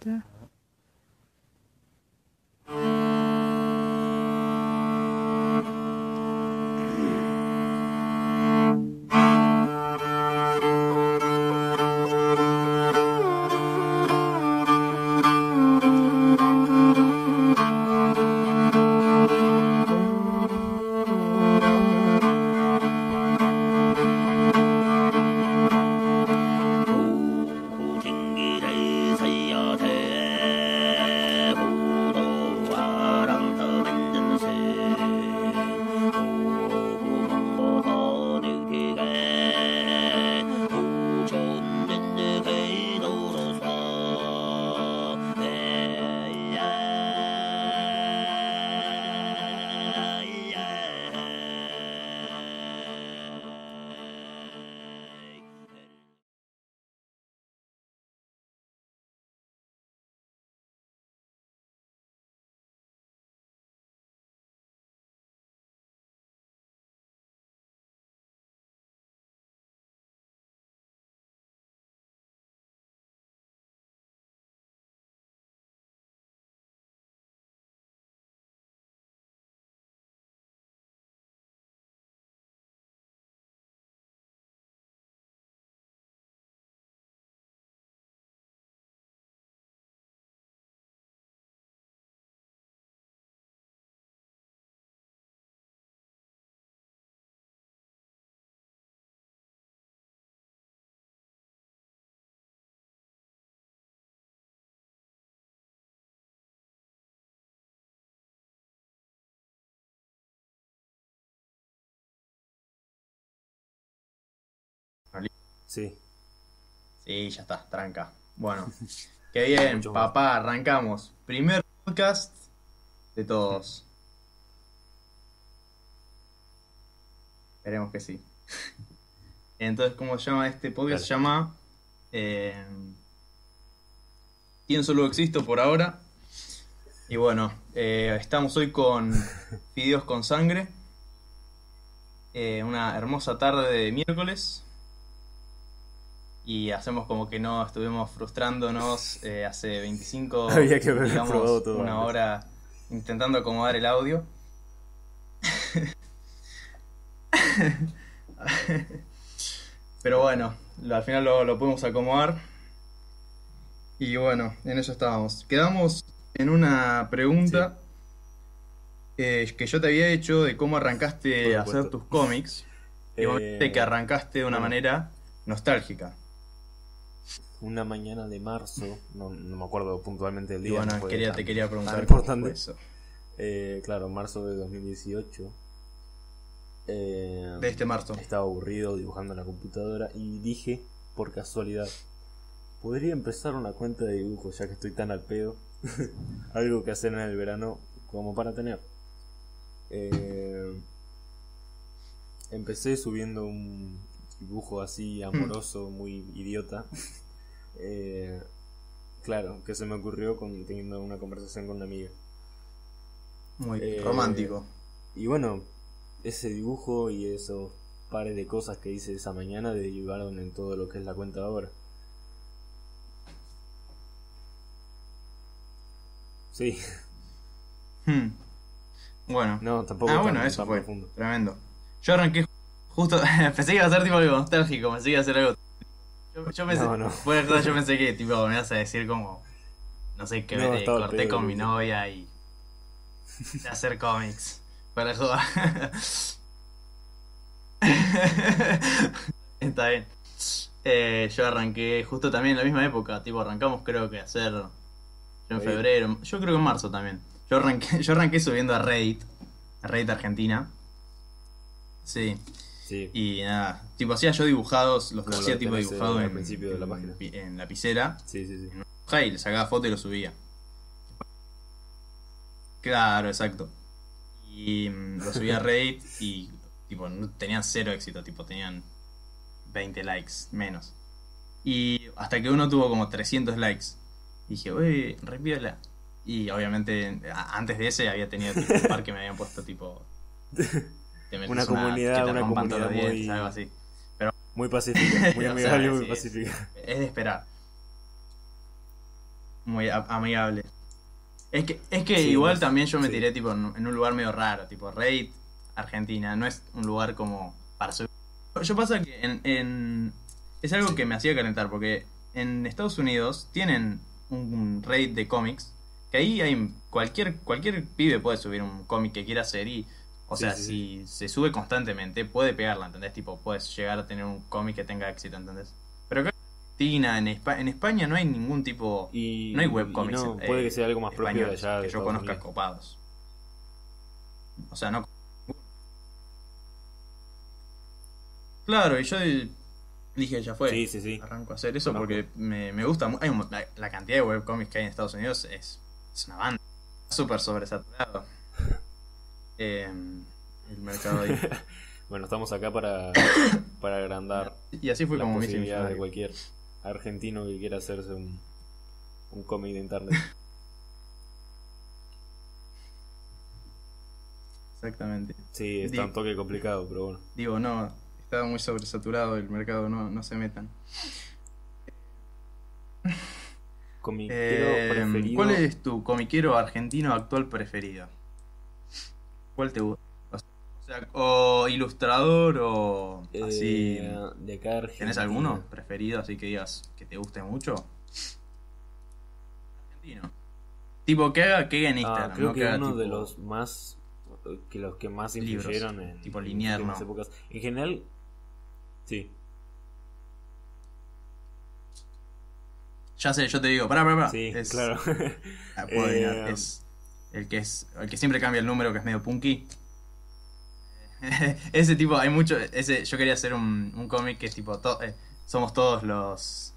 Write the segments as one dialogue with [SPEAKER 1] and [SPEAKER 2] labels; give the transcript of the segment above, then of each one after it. [SPEAKER 1] acá.
[SPEAKER 2] Sí.
[SPEAKER 3] Sí, ya está, tranca. Bueno, qué bien, papá, arrancamos. Primer podcast de todos. Esperemos que sí. Entonces, ¿cómo se llama este podcast? Se llama. eh, ¿Quién solo existo por ahora? Y bueno, eh, estamos hoy con Fideos con Sangre. Eh, una hermosa tarde de miércoles. Y hacemos como que no estuvimos frustrándonos eh, hace 25,
[SPEAKER 2] Había que haber
[SPEAKER 3] digamos,
[SPEAKER 2] probado todo
[SPEAKER 3] una
[SPEAKER 2] antes.
[SPEAKER 3] hora intentando acomodar el audio. Pero bueno, lo- al final lo, lo pudimos acomodar. Y bueno, en eso estábamos. Quedamos en una pregunta eh, que yo te había hecho de cómo
[SPEAKER 2] Por
[SPEAKER 3] arrancaste a hacer
[SPEAKER 2] supuesto.
[SPEAKER 3] tus cómics. Y vos
[SPEAKER 2] Eh,
[SPEAKER 3] viste que arrancaste de una
[SPEAKER 2] bueno.
[SPEAKER 3] manera nostálgica.
[SPEAKER 2] Una mañana de marzo, no, no me acuerdo puntualmente del
[SPEAKER 3] Y
[SPEAKER 2] día. no
[SPEAKER 3] bueno,
[SPEAKER 2] fue
[SPEAKER 3] quería,
[SPEAKER 2] tan-
[SPEAKER 3] te quería preguntar
[SPEAKER 2] tan
[SPEAKER 3] cómo fue
[SPEAKER 2] importante.
[SPEAKER 3] eso.
[SPEAKER 2] Eh, claro, marzo de 2018. Eh,
[SPEAKER 3] De este marzo.
[SPEAKER 2] Estaba aburrido dibujando en la computadora y dije, por casualidad, podría empezar una cuenta de dibujo ya que estoy tan al pedo. Algo que hacer en el verano como para tener. Eh, empecé subiendo un dibujo así amoroso, muy idiota. Eh, claro, que se me ocurrió con, teniendo una conversación con una amiga.
[SPEAKER 3] Muy
[SPEAKER 2] Eh,
[SPEAKER 3] romántico.
[SPEAKER 2] Y bueno, ese dibujo y esos pares de cosas que hice esa mañana derivaron en todo lo que es la cuenta ahora. Sí, eh,
[SPEAKER 3] Hmm. Bueno,
[SPEAKER 2] no, tampoco.
[SPEAKER 3] Ah,
[SPEAKER 2] tan-
[SPEAKER 3] bueno, eso
[SPEAKER 2] tan
[SPEAKER 3] fue.
[SPEAKER 2] profundo.
[SPEAKER 3] tremendo. Yo arranqué justo. pensé que iba a ser tipo algo nostálgico, pensé que iba a ser algo. Yo, yo pensé.
[SPEAKER 2] No, no.
[SPEAKER 3] fuera de joda, yo pensé que tipo me vas a decir como. No sé, que
[SPEAKER 2] No,
[SPEAKER 3] me
[SPEAKER 2] estaba
[SPEAKER 3] corté
[SPEAKER 2] pedo,
[SPEAKER 3] con mi
[SPEAKER 2] Lucho.
[SPEAKER 3] novia y. de hacer cómics. Para joda. Está bien. Eh, yo arranqué justo también en la misma época, tipo arrancamos creo que a hacer. Yo en
[SPEAKER 2] Sí.
[SPEAKER 3] febrero, yo creo que en marzo también. Yo arranqué, yo arranqué subiendo a Reddit, a Reddit Argentina. Sí,
[SPEAKER 2] Sí,
[SPEAKER 3] y nada, tipo hacía yo dibujados, los
[SPEAKER 2] Como lo
[SPEAKER 3] hacía tipo
[SPEAKER 2] tenés, eh,
[SPEAKER 3] dibujado
[SPEAKER 2] al
[SPEAKER 3] en,
[SPEAKER 2] principio de la
[SPEAKER 3] en
[SPEAKER 2] página.
[SPEAKER 3] pi- en lapicera
[SPEAKER 2] sí, sí. sí.
[SPEAKER 3] hoja y le sacaba foto y lo subía. Claro, exacto. Y mm, lo subía a Reddit y tipo, no- tenían cero éxito, tipo, tenían 20 likes menos. Y hasta que uno tuvo como 300 likes. Y dije, uy, re piola". Y obviamente a- antes de ese había tenido tipo, un par que me habían puesto tipo... te metes
[SPEAKER 2] Una comunidad-
[SPEAKER 3] que te
[SPEAKER 2] una
[SPEAKER 3] rompan todos los
[SPEAKER 2] comunidad
[SPEAKER 3] dientes,
[SPEAKER 2] muy-
[SPEAKER 3] algo así.
[SPEAKER 2] Muy pacífica, muy
[SPEAKER 3] O sea,
[SPEAKER 2] amigable, muy
[SPEAKER 3] sí, es-
[SPEAKER 2] pacífica.
[SPEAKER 3] Es de esperar. muy a- amigable. Es que, es que
[SPEAKER 2] Sí,
[SPEAKER 3] igual
[SPEAKER 2] no sé,
[SPEAKER 3] también yo me
[SPEAKER 2] sí.
[SPEAKER 3] tiré tipo en, un- en un lugar medio raro, tipo Reddit, Argentina, no es un lugar como para subir. Yo pasa que en, en- es algo que me hacía calentar, porque en Estados Unidos tienen un Reddit de cómics, que ahí hay cualquier, cualquier pibe puede subir un cómic que quiera hacer y o
[SPEAKER 2] Sí,
[SPEAKER 3] sea,
[SPEAKER 2] sí,
[SPEAKER 3] si se sube constantemente, puede pegarla, ¿entendés? Tipo, puedes llegar a tener un cómic que tenga éxito, ¿entendés? Pero acá en Argentina, en, Espa- en España no hay ningún tipo
[SPEAKER 2] Y,
[SPEAKER 3] No hay
[SPEAKER 2] y
[SPEAKER 3] webcomics,
[SPEAKER 2] no,
[SPEAKER 3] eh,
[SPEAKER 2] puede que sea algo más propio de
[SPEAKER 3] español
[SPEAKER 2] allá.
[SPEAKER 3] que
[SPEAKER 2] de
[SPEAKER 3] yo
[SPEAKER 2] Estados
[SPEAKER 3] conozca
[SPEAKER 2] Unidos.
[SPEAKER 3] copados. O sea, no. Claro, y yo dije, ya fue.
[SPEAKER 2] Sí, sí, sí.
[SPEAKER 3] Arranco a hacer eso
[SPEAKER 2] Conozco.
[SPEAKER 3] porque me, me gusta mu- hay un- la, la cantidad de webcomics que hay en Estados Unidos es, es una banda. Está Súper sobresaturado. Eh, el mercado ahí.
[SPEAKER 2] Bueno, estamos acá para, para agrandar
[SPEAKER 3] Y así fue
[SPEAKER 2] las
[SPEAKER 3] como me hice
[SPEAKER 2] posibilidades de
[SPEAKER 3] millonario.
[SPEAKER 2] cualquier argentino que quiera hacerse un, un cómic de internet.
[SPEAKER 3] Exactamente.
[SPEAKER 2] Sí, está un
[SPEAKER 3] Di-
[SPEAKER 2] toque complicado, pero bueno.
[SPEAKER 3] Digo, no, estaba muy sobresaturado el mercado, no, no se metan.
[SPEAKER 2] Comiquero
[SPEAKER 3] Eh,
[SPEAKER 2] preferido.
[SPEAKER 3] ¿Cuál es tu comiquero argentino actual preferido? ¿Cuál te gusta? O sea, o ilustrador o
[SPEAKER 2] eh,
[SPEAKER 3] así.
[SPEAKER 2] de acá de
[SPEAKER 3] ¿Tenés
[SPEAKER 2] Argentina? Ah,
[SPEAKER 3] alguno preferido así que digas que te guste mucho? Argentino. Tipo, que haga que haga en
[SPEAKER 2] Ah,
[SPEAKER 3] Instagram.
[SPEAKER 2] creo
[SPEAKER 3] no
[SPEAKER 2] que,
[SPEAKER 3] haga
[SPEAKER 2] uno de
[SPEAKER 3] tipo-
[SPEAKER 2] los más que los que más
[SPEAKER 3] Libros,
[SPEAKER 2] influyeron en
[SPEAKER 3] tipo
[SPEAKER 2] en
[SPEAKER 3] Liniers,
[SPEAKER 2] últimas
[SPEAKER 3] ¿no?
[SPEAKER 2] épocas. En general, sí.
[SPEAKER 3] Ya sé, yo te digo, pará, pará, pará.
[SPEAKER 2] Sí,
[SPEAKER 3] Es-
[SPEAKER 2] claro.
[SPEAKER 3] Ah, puedo adivinar,
[SPEAKER 2] Eh,
[SPEAKER 3] es el que es el que siempre cambia el número, que es medio punky. ese tipo, hay mucho. Ese, yo quería hacer un, un cómic que es tipo. to- eh, somos todos los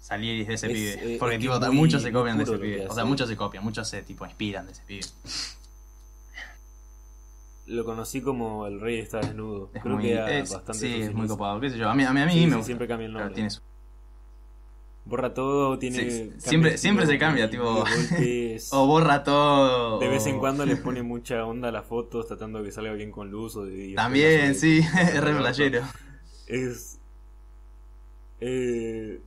[SPEAKER 3] saliris de ese
[SPEAKER 2] Es,
[SPEAKER 3] pibe.
[SPEAKER 2] eh,
[SPEAKER 3] Porque
[SPEAKER 2] es que
[SPEAKER 3] tipo,
[SPEAKER 2] es
[SPEAKER 3] ta-
[SPEAKER 2] muy-
[SPEAKER 3] muchos se
[SPEAKER 2] muy
[SPEAKER 3] copian de
[SPEAKER 2] puro
[SPEAKER 3] ese
[SPEAKER 2] lo que
[SPEAKER 3] pibe. O
[SPEAKER 2] hace.
[SPEAKER 3] sea, muchos se copian, muchos se tipo inspiran de ese pibe.
[SPEAKER 2] Lo conocí como el rey está desnudo.
[SPEAKER 3] Es
[SPEAKER 2] creo
[SPEAKER 3] muy,
[SPEAKER 2] que era
[SPEAKER 3] es-
[SPEAKER 2] bastante
[SPEAKER 3] sí, es
[SPEAKER 2] difícil
[SPEAKER 3] muy
[SPEAKER 2] eso.
[SPEAKER 3] copado. qué sé yo, a mí, a mí, a mí
[SPEAKER 2] Sí,
[SPEAKER 3] me
[SPEAKER 2] sí,
[SPEAKER 3] gusta,
[SPEAKER 2] siempre cambia el
[SPEAKER 3] pero
[SPEAKER 2] nombre.
[SPEAKER 3] tiene su-
[SPEAKER 2] Borra todo, tiene.
[SPEAKER 3] Sí,
[SPEAKER 2] cambia el
[SPEAKER 3] siempre-
[SPEAKER 2] estilo,
[SPEAKER 3] siempre se cambia,
[SPEAKER 2] y
[SPEAKER 3] tipo-
[SPEAKER 2] de golpes.
[SPEAKER 3] O borra todo.
[SPEAKER 2] de vez en
[SPEAKER 3] o-
[SPEAKER 2] cuando le pone mucha onda a las fotos, tratando de que salga bien con luz. O de- y
[SPEAKER 3] También,
[SPEAKER 2] después la sube
[SPEAKER 3] sí,
[SPEAKER 2] con-
[SPEAKER 3] es re
[SPEAKER 2] con-
[SPEAKER 3] playero.
[SPEAKER 2] Es. eh,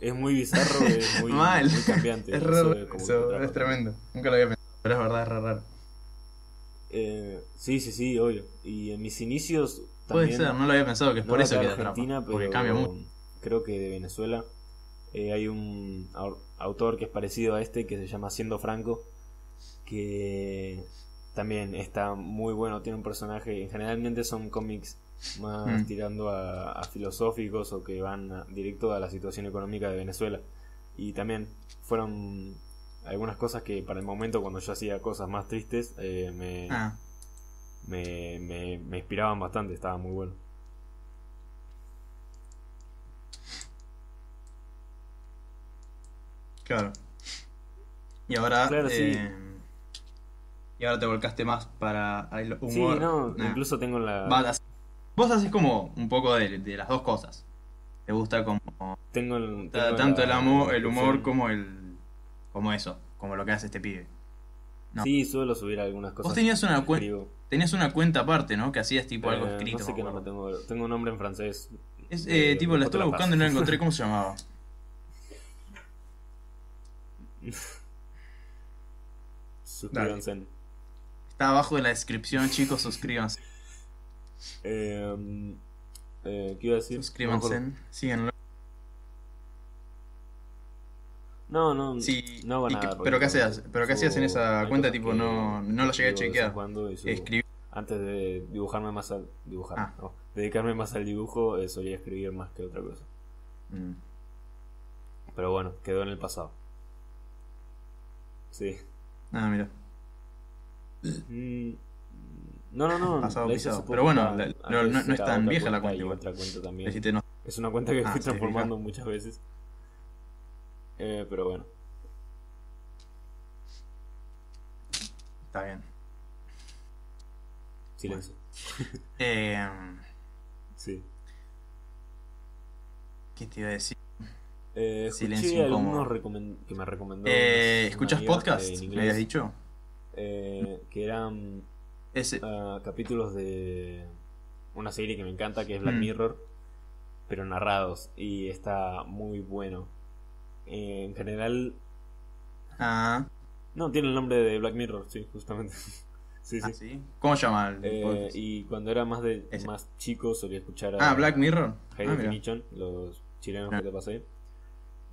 [SPEAKER 2] es muy bizarro, es muy,
[SPEAKER 3] Mal.
[SPEAKER 2] muy cambiante.
[SPEAKER 3] Es
[SPEAKER 2] no
[SPEAKER 3] re
[SPEAKER 2] se
[SPEAKER 3] raro,
[SPEAKER 2] ve como
[SPEAKER 3] eso,
[SPEAKER 2] que otra
[SPEAKER 3] es
[SPEAKER 2] cosa.
[SPEAKER 3] tremendo. Nunca lo había pensado, pero es verdad, es re raro.
[SPEAKER 2] Eh, sí, sí, sí, obvio. Y en mis inicios
[SPEAKER 3] Puede
[SPEAKER 2] también.
[SPEAKER 3] ser, no lo había pensado, que es
[SPEAKER 2] no
[SPEAKER 3] por
[SPEAKER 2] de
[SPEAKER 3] eso
[SPEAKER 2] acá
[SPEAKER 3] que
[SPEAKER 2] de
[SPEAKER 3] la atrapa,
[SPEAKER 2] Argentina, pero
[SPEAKER 3] porque cambia mucho.
[SPEAKER 2] creo que de Venezuela. Eh, hay un au- autor que es parecido a este que se llama Siendo Franco, que también está muy bueno, tiene un personaje, generalmente son cómics más
[SPEAKER 3] Mm.
[SPEAKER 2] tirando a, a filosóficos o que van a- directo a la situación económica de Venezuela. Y también fueron algunas cosas que para el momento cuando yo hacía cosas más tristes eh, me,
[SPEAKER 3] Ah,
[SPEAKER 2] me, me- me inspiraban bastante, estaba muy bueno.
[SPEAKER 3] claro. Y ahora.
[SPEAKER 2] Claro, sí.
[SPEAKER 3] eh, Y ahora te volcaste más para el humor.
[SPEAKER 2] Sí, no,
[SPEAKER 3] Nah.
[SPEAKER 2] incluso tengo la...
[SPEAKER 3] Va, las- Vos haces como un poco de, de las dos cosas. Te gusta como
[SPEAKER 2] Tengo el,
[SPEAKER 3] ta-
[SPEAKER 2] tengo
[SPEAKER 3] tanto
[SPEAKER 2] la-
[SPEAKER 3] el, amo, el humor
[SPEAKER 2] descripción.
[SPEAKER 3] como el. como eso, como lo que hace este pibe. no.
[SPEAKER 2] Sí, suelo subir algunas cosas.
[SPEAKER 3] Vos tenías una,
[SPEAKER 2] que
[SPEAKER 3] cuen-
[SPEAKER 2] escribo.
[SPEAKER 3] tenías una cuenta aparte, ¿no? Que hacías tipo algo
[SPEAKER 2] Eh,
[SPEAKER 3] escrito.
[SPEAKER 2] No sé
[SPEAKER 3] me
[SPEAKER 2] qué nombre
[SPEAKER 3] acuerdo.
[SPEAKER 2] tengo. Tengo un nombre en francés.
[SPEAKER 3] Es,
[SPEAKER 2] Eh,
[SPEAKER 3] eh, tipo, la
[SPEAKER 2] después te
[SPEAKER 3] estuve
[SPEAKER 2] la
[SPEAKER 3] buscando y no la encontré. ¿Cómo se llamaba?
[SPEAKER 2] Suscríbanse.
[SPEAKER 3] Está abajo de la descripción, chicos, suscríbanse.
[SPEAKER 2] Eh, eh, ¿Qué iba a decir?
[SPEAKER 3] Suscríbanse,
[SPEAKER 2] No, me acuerdo.
[SPEAKER 3] síganlo.
[SPEAKER 2] no. no
[SPEAKER 3] Sí,
[SPEAKER 2] no van
[SPEAKER 3] y
[SPEAKER 2] a
[SPEAKER 3] que-
[SPEAKER 2] dar, porque
[SPEAKER 3] pero ¿qué hacías? ¿Pero qué hacías en
[SPEAKER 2] subo-
[SPEAKER 3] esa
[SPEAKER 2] hay
[SPEAKER 3] cuenta?
[SPEAKER 2] cosas
[SPEAKER 3] Tipo,
[SPEAKER 2] que
[SPEAKER 3] no, no lo llegué a
[SPEAKER 2] escribo de vez en
[SPEAKER 3] chequear.
[SPEAKER 2] cuando y subo.
[SPEAKER 3] Escribí.
[SPEAKER 2] Antes de dibujarme más al. Dibujar.
[SPEAKER 3] Ah.
[SPEAKER 2] no, dedicarme más al dibujo, eh, solía escribir más que otra cosa.
[SPEAKER 3] Mm.
[SPEAKER 2] Pero bueno, quedó en el pasado. Sí.
[SPEAKER 3] Ah, mira.
[SPEAKER 2] Mm, No, no, no.
[SPEAKER 3] Pasado
[SPEAKER 2] la hice
[SPEAKER 3] pisado.
[SPEAKER 2] hace
[SPEAKER 3] Pero
[SPEAKER 2] poco,
[SPEAKER 3] bueno,
[SPEAKER 2] ah,
[SPEAKER 3] la-
[SPEAKER 2] antes
[SPEAKER 3] no- no- no es
[SPEAKER 2] era
[SPEAKER 3] tan
[SPEAKER 2] otra
[SPEAKER 3] vieja la cuenta
[SPEAKER 2] y
[SPEAKER 3] igual.
[SPEAKER 2] otra cuenta
[SPEAKER 3] Le
[SPEAKER 2] también.
[SPEAKER 3] dijiste no.
[SPEAKER 2] Es una cuenta que
[SPEAKER 3] Ah,
[SPEAKER 2] estoy
[SPEAKER 3] sí,
[SPEAKER 2] transformando muchas veces. Eh, pero bueno.
[SPEAKER 3] Está bien.
[SPEAKER 2] Silencio.
[SPEAKER 3] Eh,
[SPEAKER 2] Sí.
[SPEAKER 3] ¿Qué te iba a decir?
[SPEAKER 2] Eh, escuché
[SPEAKER 3] Silencio incómodo.
[SPEAKER 2] algunos recomen- que me recomendó.
[SPEAKER 3] Eh,
[SPEAKER 2] unas-
[SPEAKER 3] ¿Escuchas
[SPEAKER 2] una amiga,
[SPEAKER 3] podcast?
[SPEAKER 2] eh, en
[SPEAKER 3] ¿Me habías
[SPEAKER 2] inglés,
[SPEAKER 3] dicho?
[SPEAKER 2] eh, que eran
[SPEAKER 3] Ese.
[SPEAKER 2] ah, capítulos de una serie que me encanta, que es Black
[SPEAKER 3] Mm.
[SPEAKER 2] Mirror, pero narrados. Y está muy bueno. Eh, en general,
[SPEAKER 3] Ah,
[SPEAKER 2] No, tiene el nombre de Black Mirror, sí, justamente. sí,
[SPEAKER 3] ah,
[SPEAKER 2] sí.
[SPEAKER 3] sí. ¿Cómo se llama el
[SPEAKER 2] Eh,
[SPEAKER 3] podcast?
[SPEAKER 2] y cuando era más de
[SPEAKER 3] Ese.
[SPEAKER 2] más chico solía escuchar a
[SPEAKER 3] Ah, Black Mirror.
[SPEAKER 2] High
[SPEAKER 3] Ah, mira.
[SPEAKER 2] Definition, los chilenos
[SPEAKER 3] Ah.
[SPEAKER 2] que te pasé,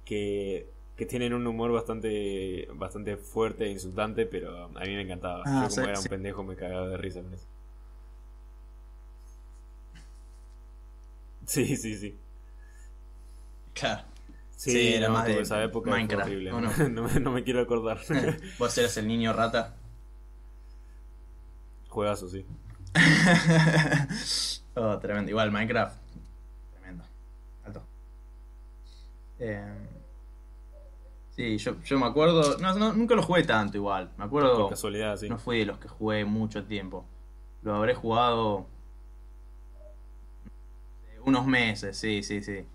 [SPEAKER 2] que, que tienen un humor bastante bastante fuerte e insultante, pero a mí me encantaba.
[SPEAKER 3] Ah,
[SPEAKER 2] Yo como
[SPEAKER 3] sí,
[SPEAKER 2] era un
[SPEAKER 3] sí.
[SPEAKER 2] pendejo me cagaba de risa con eso. Sí, sí, sí.
[SPEAKER 3] Claro.
[SPEAKER 2] Sí,
[SPEAKER 3] Sí, era
[SPEAKER 2] no,
[SPEAKER 3] más
[SPEAKER 2] tuve
[SPEAKER 3] de
[SPEAKER 2] esa época fue
[SPEAKER 3] Minecraft,
[SPEAKER 2] horrible.
[SPEAKER 3] ¿o no?
[SPEAKER 2] No me, no me quiero acordar.
[SPEAKER 3] Vos eras el niño rata.
[SPEAKER 2] Juegazo, sí.
[SPEAKER 3] oh, tremendo. Igual Minecraft. Tremendo. Alto. Eh, sí, yo, yo me acuerdo. No, no, nunca lo jugué tanto igual. Me acuerdo.
[SPEAKER 2] Por casualidad, sí.
[SPEAKER 3] No fui de los que jugué mucho tiempo. Lo habré jugado. eh, Unos meses, sí, sí, sí.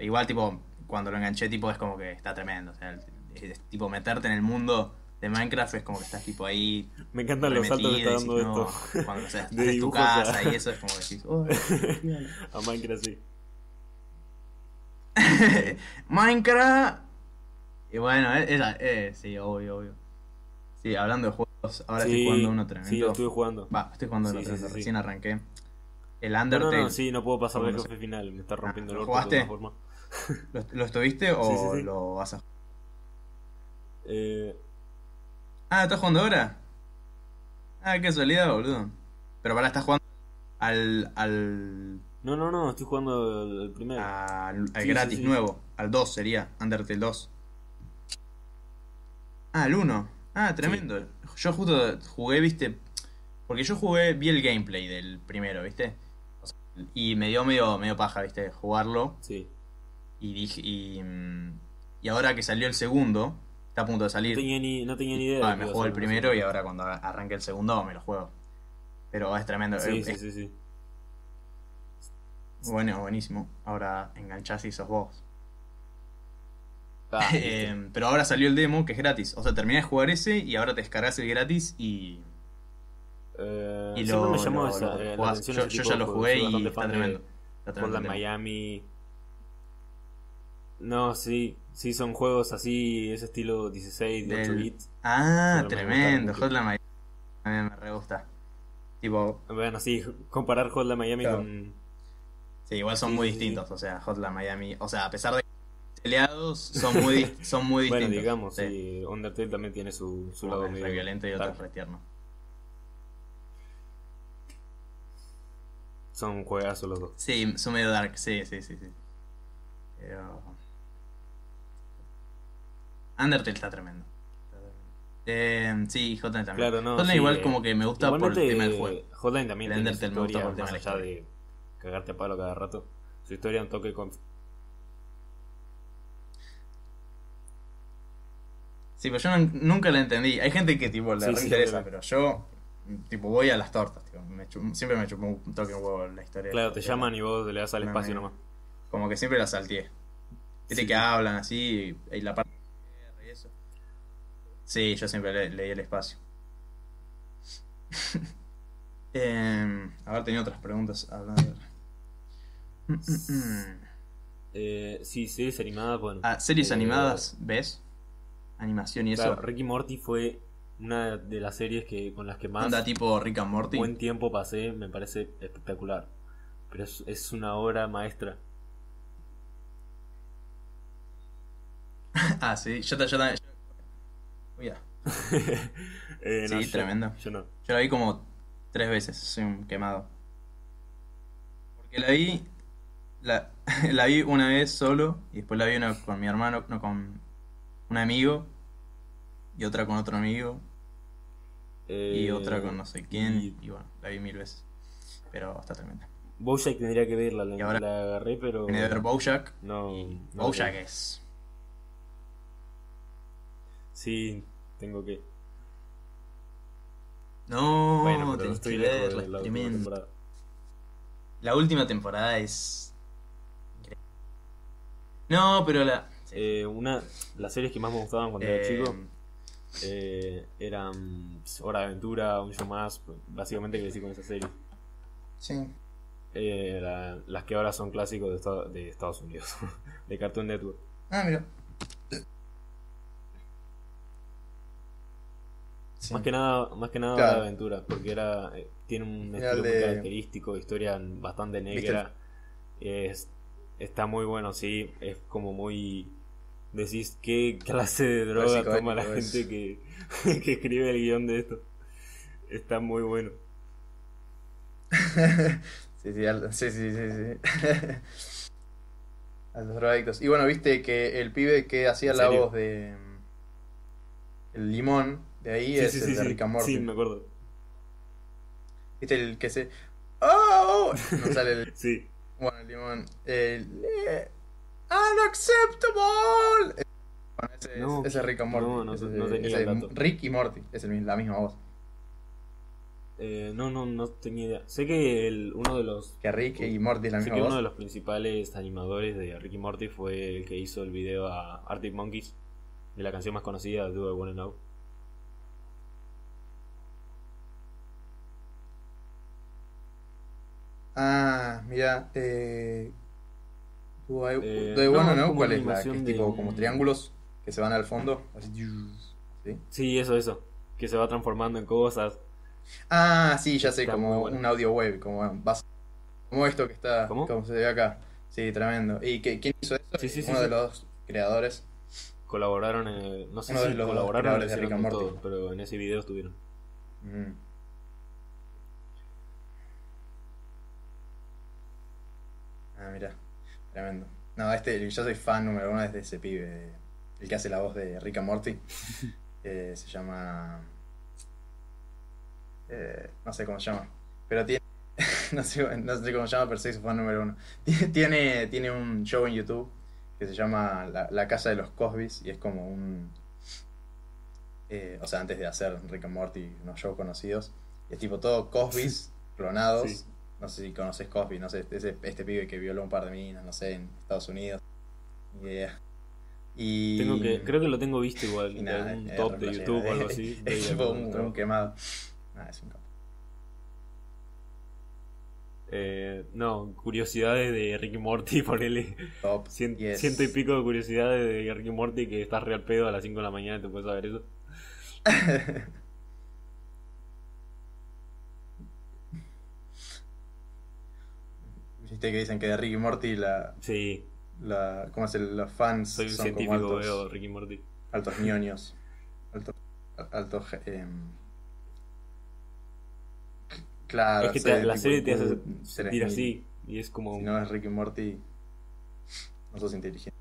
[SPEAKER 3] Igual, tipo, cuando lo enganché, tipo, es como que está tremendo. O sea, el- es- tipo, meterte en el mundo de Minecraft es como que estás, tipo, ahí
[SPEAKER 2] Me encantan los saltos que está
[SPEAKER 3] remetido
[SPEAKER 2] dando
[SPEAKER 3] y decís,
[SPEAKER 2] esto.
[SPEAKER 3] "No", cuando o sea,
[SPEAKER 2] De
[SPEAKER 3] estás en tu
[SPEAKER 2] dibujos
[SPEAKER 3] casa
[SPEAKER 2] a-
[SPEAKER 3] y eso es como que decís, "Oh, mira".
[SPEAKER 2] A Minecraft, sí.
[SPEAKER 3] Minecraft. Y bueno, eh, esa- eh, sí, obvio, obvio. Sí, hablando de juegos, ahora estoy
[SPEAKER 2] sí,
[SPEAKER 3] jugando uno tremendo.
[SPEAKER 2] Sí, lo estuve jugando.
[SPEAKER 3] Va, estoy jugando
[SPEAKER 2] Sí,
[SPEAKER 3] uno
[SPEAKER 2] sí,
[SPEAKER 3] tremendo,
[SPEAKER 2] sí, sí.
[SPEAKER 3] recién arranqué. El
[SPEAKER 2] No, no,
[SPEAKER 3] Undertale.
[SPEAKER 2] no, sí, no puedo pasar del
[SPEAKER 3] Bueno,
[SPEAKER 2] jefe final, me está rompiendo
[SPEAKER 3] Ah,
[SPEAKER 2] el
[SPEAKER 3] ¿lo
[SPEAKER 2] orto de
[SPEAKER 3] jugaste?
[SPEAKER 2] alguna forma.
[SPEAKER 3] ¿Lo, lo estuviste o
[SPEAKER 2] Sí, sí, sí.
[SPEAKER 3] lo vas a jugar?
[SPEAKER 2] Eh,
[SPEAKER 3] Ah, ¿estás jugando ahora? Ah, qué casualidad, boludo. Pero para, estás jugando al. al.
[SPEAKER 2] no, no, no, estoy jugando el, el primero.
[SPEAKER 3] al, al
[SPEAKER 2] sí,
[SPEAKER 3] gratis
[SPEAKER 2] sí.
[SPEAKER 3] nuevo. Al 2 sería, Undertale 2. Ah, al 1. Ah, tremendo. Yo justo jugué, viste. Porque yo jugué, vi el gameplay del primero, viste. O sea, Y me dio medio, medio paja, viste, jugarlo.
[SPEAKER 2] Sí.
[SPEAKER 3] Y dije. Y, mm, y ahora que salió el segundo, está a punto de
[SPEAKER 2] No
[SPEAKER 3] salir.
[SPEAKER 2] tenía ni, no tenía ni idea.
[SPEAKER 3] Ah,
[SPEAKER 2] de que
[SPEAKER 3] me
[SPEAKER 2] iba a
[SPEAKER 3] juego el
[SPEAKER 2] ser una
[SPEAKER 3] primero y
[SPEAKER 2] segunda.
[SPEAKER 3] ahora cuando arranque el segundo me lo juego. Pero es tremendo.
[SPEAKER 2] Sí,
[SPEAKER 3] es,
[SPEAKER 2] sí, sí, sí.
[SPEAKER 3] es Bueno, buenísimo. Ahora enganchás y sos vos.
[SPEAKER 2] Ah,
[SPEAKER 3] Eh, pero ahora salió el demo que es gratis. O sea, terminás de jugar ese y ahora te descargas el gratis y.
[SPEAKER 2] eh,
[SPEAKER 3] y lo-
[SPEAKER 2] siempre me llamó
[SPEAKER 3] lo-
[SPEAKER 2] esa,
[SPEAKER 3] lo
[SPEAKER 2] eh, la
[SPEAKER 3] jugás.
[SPEAKER 2] atención.
[SPEAKER 3] Yo,
[SPEAKER 2] ese
[SPEAKER 3] yo
[SPEAKER 2] tipo
[SPEAKER 3] ya
[SPEAKER 2] de
[SPEAKER 3] lo
[SPEAKER 2] juegos,
[SPEAKER 3] jugué
[SPEAKER 2] soy
[SPEAKER 3] y
[SPEAKER 2] bastante
[SPEAKER 3] está
[SPEAKER 2] fan de
[SPEAKER 3] tremendo. Está tremendo.
[SPEAKER 2] Portland, Miami. No, sí, sí, son juegos así, ese estilo 16, de 8
[SPEAKER 3] Del-
[SPEAKER 2] bits.
[SPEAKER 3] Ah,
[SPEAKER 2] Portland, me gusta
[SPEAKER 3] tremendo.
[SPEAKER 2] mucho.
[SPEAKER 3] Hotline Miami. A mí me re gusta. Tipo,
[SPEAKER 2] Bueno, sí, comparar Hotline Miami
[SPEAKER 3] Claro.
[SPEAKER 2] con.
[SPEAKER 3] Sí, igual son
[SPEAKER 2] Sí,
[SPEAKER 3] muy
[SPEAKER 2] sí, sí.
[SPEAKER 3] distintos, o sea, Hotline Miami, o sea, a pesar de que son peleados, son muy, dis- son muy distintos.
[SPEAKER 2] Bueno, digamos,
[SPEAKER 3] Sí.
[SPEAKER 2] sí, Undertale también tiene su, su
[SPEAKER 3] Uno
[SPEAKER 2] lado
[SPEAKER 3] es
[SPEAKER 2] medio
[SPEAKER 3] re violento y otro
[SPEAKER 2] dark.
[SPEAKER 3] es re tierno.
[SPEAKER 2] Son juegazos los dos.
[SPEAKER 3] Sí, son medio dark, sí, sí, sí, sí. Pero... Undertale está tremendo. Está tremendo. Eh, sí, Hotline también.
[SPEAKER 2] Claro, no,
[SPEAKER 3] Hotline
[SPEAKER 2] sí,
[SPEAKER 3] igual
[SPEAKER 2] eh,
[SPEAKER 3] como que me gusta por el
[SPEAKER 2] Igualmente,
[SPEAKER 3] tema del juego.
[SPEAKER 2] Hotline también
[SPEAKER 3] El
[SPEAKER 2] tiene su
[SPEAKER 3] Undertale me gusta
[SPEAKER 2] historia,
[SPEAKER 3] por el tema
[SPEAKER 2] más
[SPEAKER 3] de la
[SPEAKER 2] allá de cagarte a palo cada rato. Su historia un toque con...
[SPEAKER 3] Sí, pero yo nun- nunca la entendí. Hay gente que tipo le
[SPEAKER 2] Sí, sí,
[SPEAKER 3] interesa,
[SPEAKER 2] obviamente.
[SPEAKER 3] pero yo tipo voy a las tortas, tipo, me chu- siempre me chupó un toque un huevo la historia.
[SPEAKER 2] Claro, te
[SPEAKER 3] Pero-
[SPEAKER 2] llaman y vos le das al
[SPEAKER 3] No,
[SPEAKER 2] espacio
[SPEAKER 3] no.
[SPEAKER 2] nomás.
[SPEAKER 3] como que siempre la salteé. Viste
[SPEAKER 2] Sí.
[SPEAKER 3] que hablan así, y la parte de guerra y eso. Sí, yo siempre le- leí el espacio. Em, a ver, tenía otras preguntas. A ver. Mm, mm, mm.
[SPEAKER 2] Eh, sí, series animadas, bueno.
[SPEAKER 3] Ah, series
[SPEAKER 2] Eh,
[SPEAKER 3] animadas, ¿ves? Animación y eso.
[SPEAKER 2] Claro, Ricky Morty fue una de las series que con las que más
[SPEAKER 3] Onda tipo Rick and Morty.
[SPEAKER 2] buen tiempo pasé, me parece espectacular. Pero es, es una obra maestra.
[SPEAKER 3] Ah, sí, yo, ta- yo también. Yo... Uy, ya.
[SPEAKER 2] Eh, no,
[SPEAKER 3] Sí,
[SPEAKER 2] yo-
[SPEAKER 3] tremendo.
[SPEAKER 2] Yo no.
[SPEAKER 3] Yo la vi como tres veces, soy un quemado. Porque la vi. La, la vi una vez solo y después la vi una con mi hermano, no, con un amigo y otra con otro amigo y
[SPEAKER 2] Eh,
[SPEAKER 3] otra con no sé quién
[SPEAKER 2] y-
[SPEAKER 3] y, bueno, la vi mil veces. Pero está tremenda.
[SPEAKER 2] Bojack tendría que verla,
[SPEAKER 3] Y
[SPEAKER 2] la,
[SPEAKER 3] ahora-
[SPEAKER 2] la agarré, pero.
[SPEAKER 3] Vine a ver Bojack.
[SPEAKER 2] No,
[SPEAKER 3] y
[SPEAKER 2] no
[SPEAKER 3] Bojack
[SPEAKER 2] la vi.
[SPEAKER 3] es.
[SPEAKER 2] Sí, tengo que.
[SPEAKER 3] No,
[SPEAKER 2] Bueno, pero
[SPEAKER 3] tenés
[SPEAKER 2] estoy
[SPEAKER 3] que
[SPEAKER 2] lejos
[SPEAKER 3] verla,
[SPEAKER 2] de la
[SPEAKER 3] es
[SPEAKER 2] última
[SPEAKER 3] tremendo.
[SPEAKER 2] temporada.
[SPEAKER 3] La última temporada es. increíble. No, pero la. sí.
[SPEAKER 2] Eh, una las series que más me gustaban cuando era
[SPEAKER 3] Eh,
[SPEAKER 2] chico eh, eran pss, Hora de Aventura, Un Show Más, básicamente crecí con esas series.
[SPEAKER 3] Sí.
[SPEAKER 2] Eh, la- las que ahora son clásicos de, esta- de Estados Unidos, de Cartoon Network.
[SPEAKER 3] Ah, mira.
[SPEAKER 2] Más que nada, más que nada
[SPEAKER 3] Claro.
[SPEAKER 2] la aventura, porque era eh, tiene un
[SPEAKER 3] Era
[SPEAKER 2] estilo muy
[SPEAKER 3] de-
[SPEAKER 2] característico, historia bastante negra. Es- está muy bueno, sí, es como muy decís qué clase de droga
[SPEAKER 3] psicodélico
[SPEAKER 2] toma la
[SPEAKER 3] es.
[SPEAKER 2] gente que, que escribe el guión de esto. Está muy bueno.
[SPEAKER 3] Sí, sí, al- sí, sí, sí, sí. A los drogadictos. Y bueno, viste que el pibe que hacía
[SPEAKER 2] ¿En
[SPEAKER 3] la
[SPEAKER 2] serio?
[SPEAKER 3] voz de. mm, El limón, de ahí
[SPEAKER 2] sí,
[SPEAKER 3] es
[SPEAKER 2] sí,
[SPEAKER 3] el
[SPEAKER 2] sí,
[SPEAKER 3] de
[SPEAKER 2] sí.
[SPEAKER 3] Rick and Morty.
[SPEAKER 2] Sí, me acuerdo.
[SPEAKER 3] Viste el que se. ¡Oh! No sale el.
[SPEAKER 2] Sí.
[SPEAKER 3] Bueno, el limón. El. eh, ¡Unacceptable! Eh, Bueno, ese, es-
[SPEAKER 2] No,
[SPEAKER 3] ese es Rick and Morty.
[SPEAKER 2] no, no,
[SPEAKER 3] Ese es-
[SPEAKER 2] no tenía
[SPEAKER 3] ese es
[SPEAKER 2] el dato.
[SPEAKER 3] Rick y Morty, es el mismo- la misma voz.
[SPEAKER 2] Eh, no, no, no tenía idea. Sé que el, uno de los
[SPEAKER 3] Que Rick y Morty es la
[SPEAKER 2] sé
[SPEAKER 3] misma
[SPEAKER 2] que
[SPEAKER 3] voz.
[SPEAKER 2] uno de los principales animadores de Ricky Morty fue el que hizo el video a Arctic Monkeys de la canción más conocida Do I Wanna Know.
[SPEAKER 3] Ah, mira, eh, do I,
[SPEAKER 2] Eh,
[SPEAKER 3] do I
[SPEAKER 2] no,
[SPEAKER 3] wanna
[SPEAKER 2] es
[SPEAKER 3] know
[SPEAKER 2] como
[SPEAKER 3] cuál
[SPEAKER 2] una
[SPEAKER 3] es la que
[SPEAKER 2] animación
[SPEAKER 3] es
[SPEAKER 2] de
[SPEAKER 3] tipo
[SPEAKER 2] un-
[SPEAKER 3] como triángulos que se van al fondo, así, tiu, ¿sí?
[SPEAKER 2] Sí, eso, eso. Que se va transformando en cosas.
[SPEAKER 3] Ah, sí, ya sé,
[SPEAKER 2] Está
[SPEAKER 3] como
[SPEAKER 2] muy bueno.
[SPEAKER 3] un audio web, como vas- como esto que está,
[SPEAKER 2] ¿Cómo?
[SPEAKER 3] como se ve acá, sí, tremendo. ¿Y qué- quién hizo eso?
[SPEAKER 2] Sí, sí, sí,
[SPEAKER 3] Uno de
[SPEAKER 2] sí.
[SPEAKER 3] los creadores.
[SPEAKER 2] Colaboraron, eh, no sé
[SPEAKER 3] Uno
[SPEAKER 2] si
[SPEAKER 3] de los
[SPEAKER 2] colaboraron o lo
[SPEAKER 3] creadores de Rick
[SPEAKER 2] hicieron
[SPEAKER 3] and Morty.
[SPEAKER 2] todos, pero en ese video estuvieron.
[SPEAKER 3] Mm. Ah, mira, tremendo. No, este, yo soy fan número uno de ese pibe, de- el que hace la voz de Rick and Morty. Eh, se llama. eh, no sé cómo se llama, pero tiene. No sé, no sé cómo se llama, pero soy su fan número uno. Tiene, tiene un show en YouTube que se llama La, La Casa de los Cosbys y es como un. eh, o sea, antes de hacer Rick and Morty, unos shows conocidos. Y es tipo todo Cosbys clonados.
[SPEAKER 2] Sí.
[SPEAKER 3] No sé si conoces Cosby, no sé, ese- este pibe que violó un par de minas, no sé, en Estados Unidos. Ni idea. Y.
[SPEAKER 2] Tengo que, creo que lo tengo visto igual,
[SPEAKER 3] y
[SPEAKER 2] en
[SPEAKER 3] nada,
[SPEAKER 2] algún
[SPEAKER 3] es
[SPEAKER 2] top de
[SPEAKER 3] relación-
[SPEAKER 2] YouTube o algo así. de-
[SPEAKER 3] Es tipo un,
[SPEAKER 2] de-
[SPEAKER 3] un quemado. Nah, es un capo.
[SPEAKER 2] Eh, no, curiosidades de Ricky Morty, ponele.
[SPEAKER 3] Top.
[SPEAKER 2] Cien-
[SPEAKER 3] Yes.
[SPEAKER 2] Ciento y pico de curiosidades de Ricky Morty que estás real pedo a las 5 de la mañana y te puedes saber eso.
[SPEAKER 3] Viste que dicen que de Ricky Morty la,
[SPEAKER 2] Sí,
[SPEAKER 3] la ¿cómo es el- los fans
[SPEAKER 2] soy un
[SPEAKER 3] son como
[SPEAKER 2] científico,
[SPEAKER 3] altos,
[SPEAKER 2] veo Ricky Morty.
[SPEAKER 3] altos ñoños. Altos altos em, claro,
[SPEAKER 2] es que
[SPEAKER 3] sí,
[SPEAKER 2] te- la
[SPEAKER 3] tipo,
[SPEAKER 2] serie te hace
[SPEAKER 3] uh,
[SPEAKER 2] sentir
[SPEAKER 3] 3000.
[SPEAKER 2] así. Y es como.
[SPEAKER 3] Si no es Ricky Morty no sos inteligente.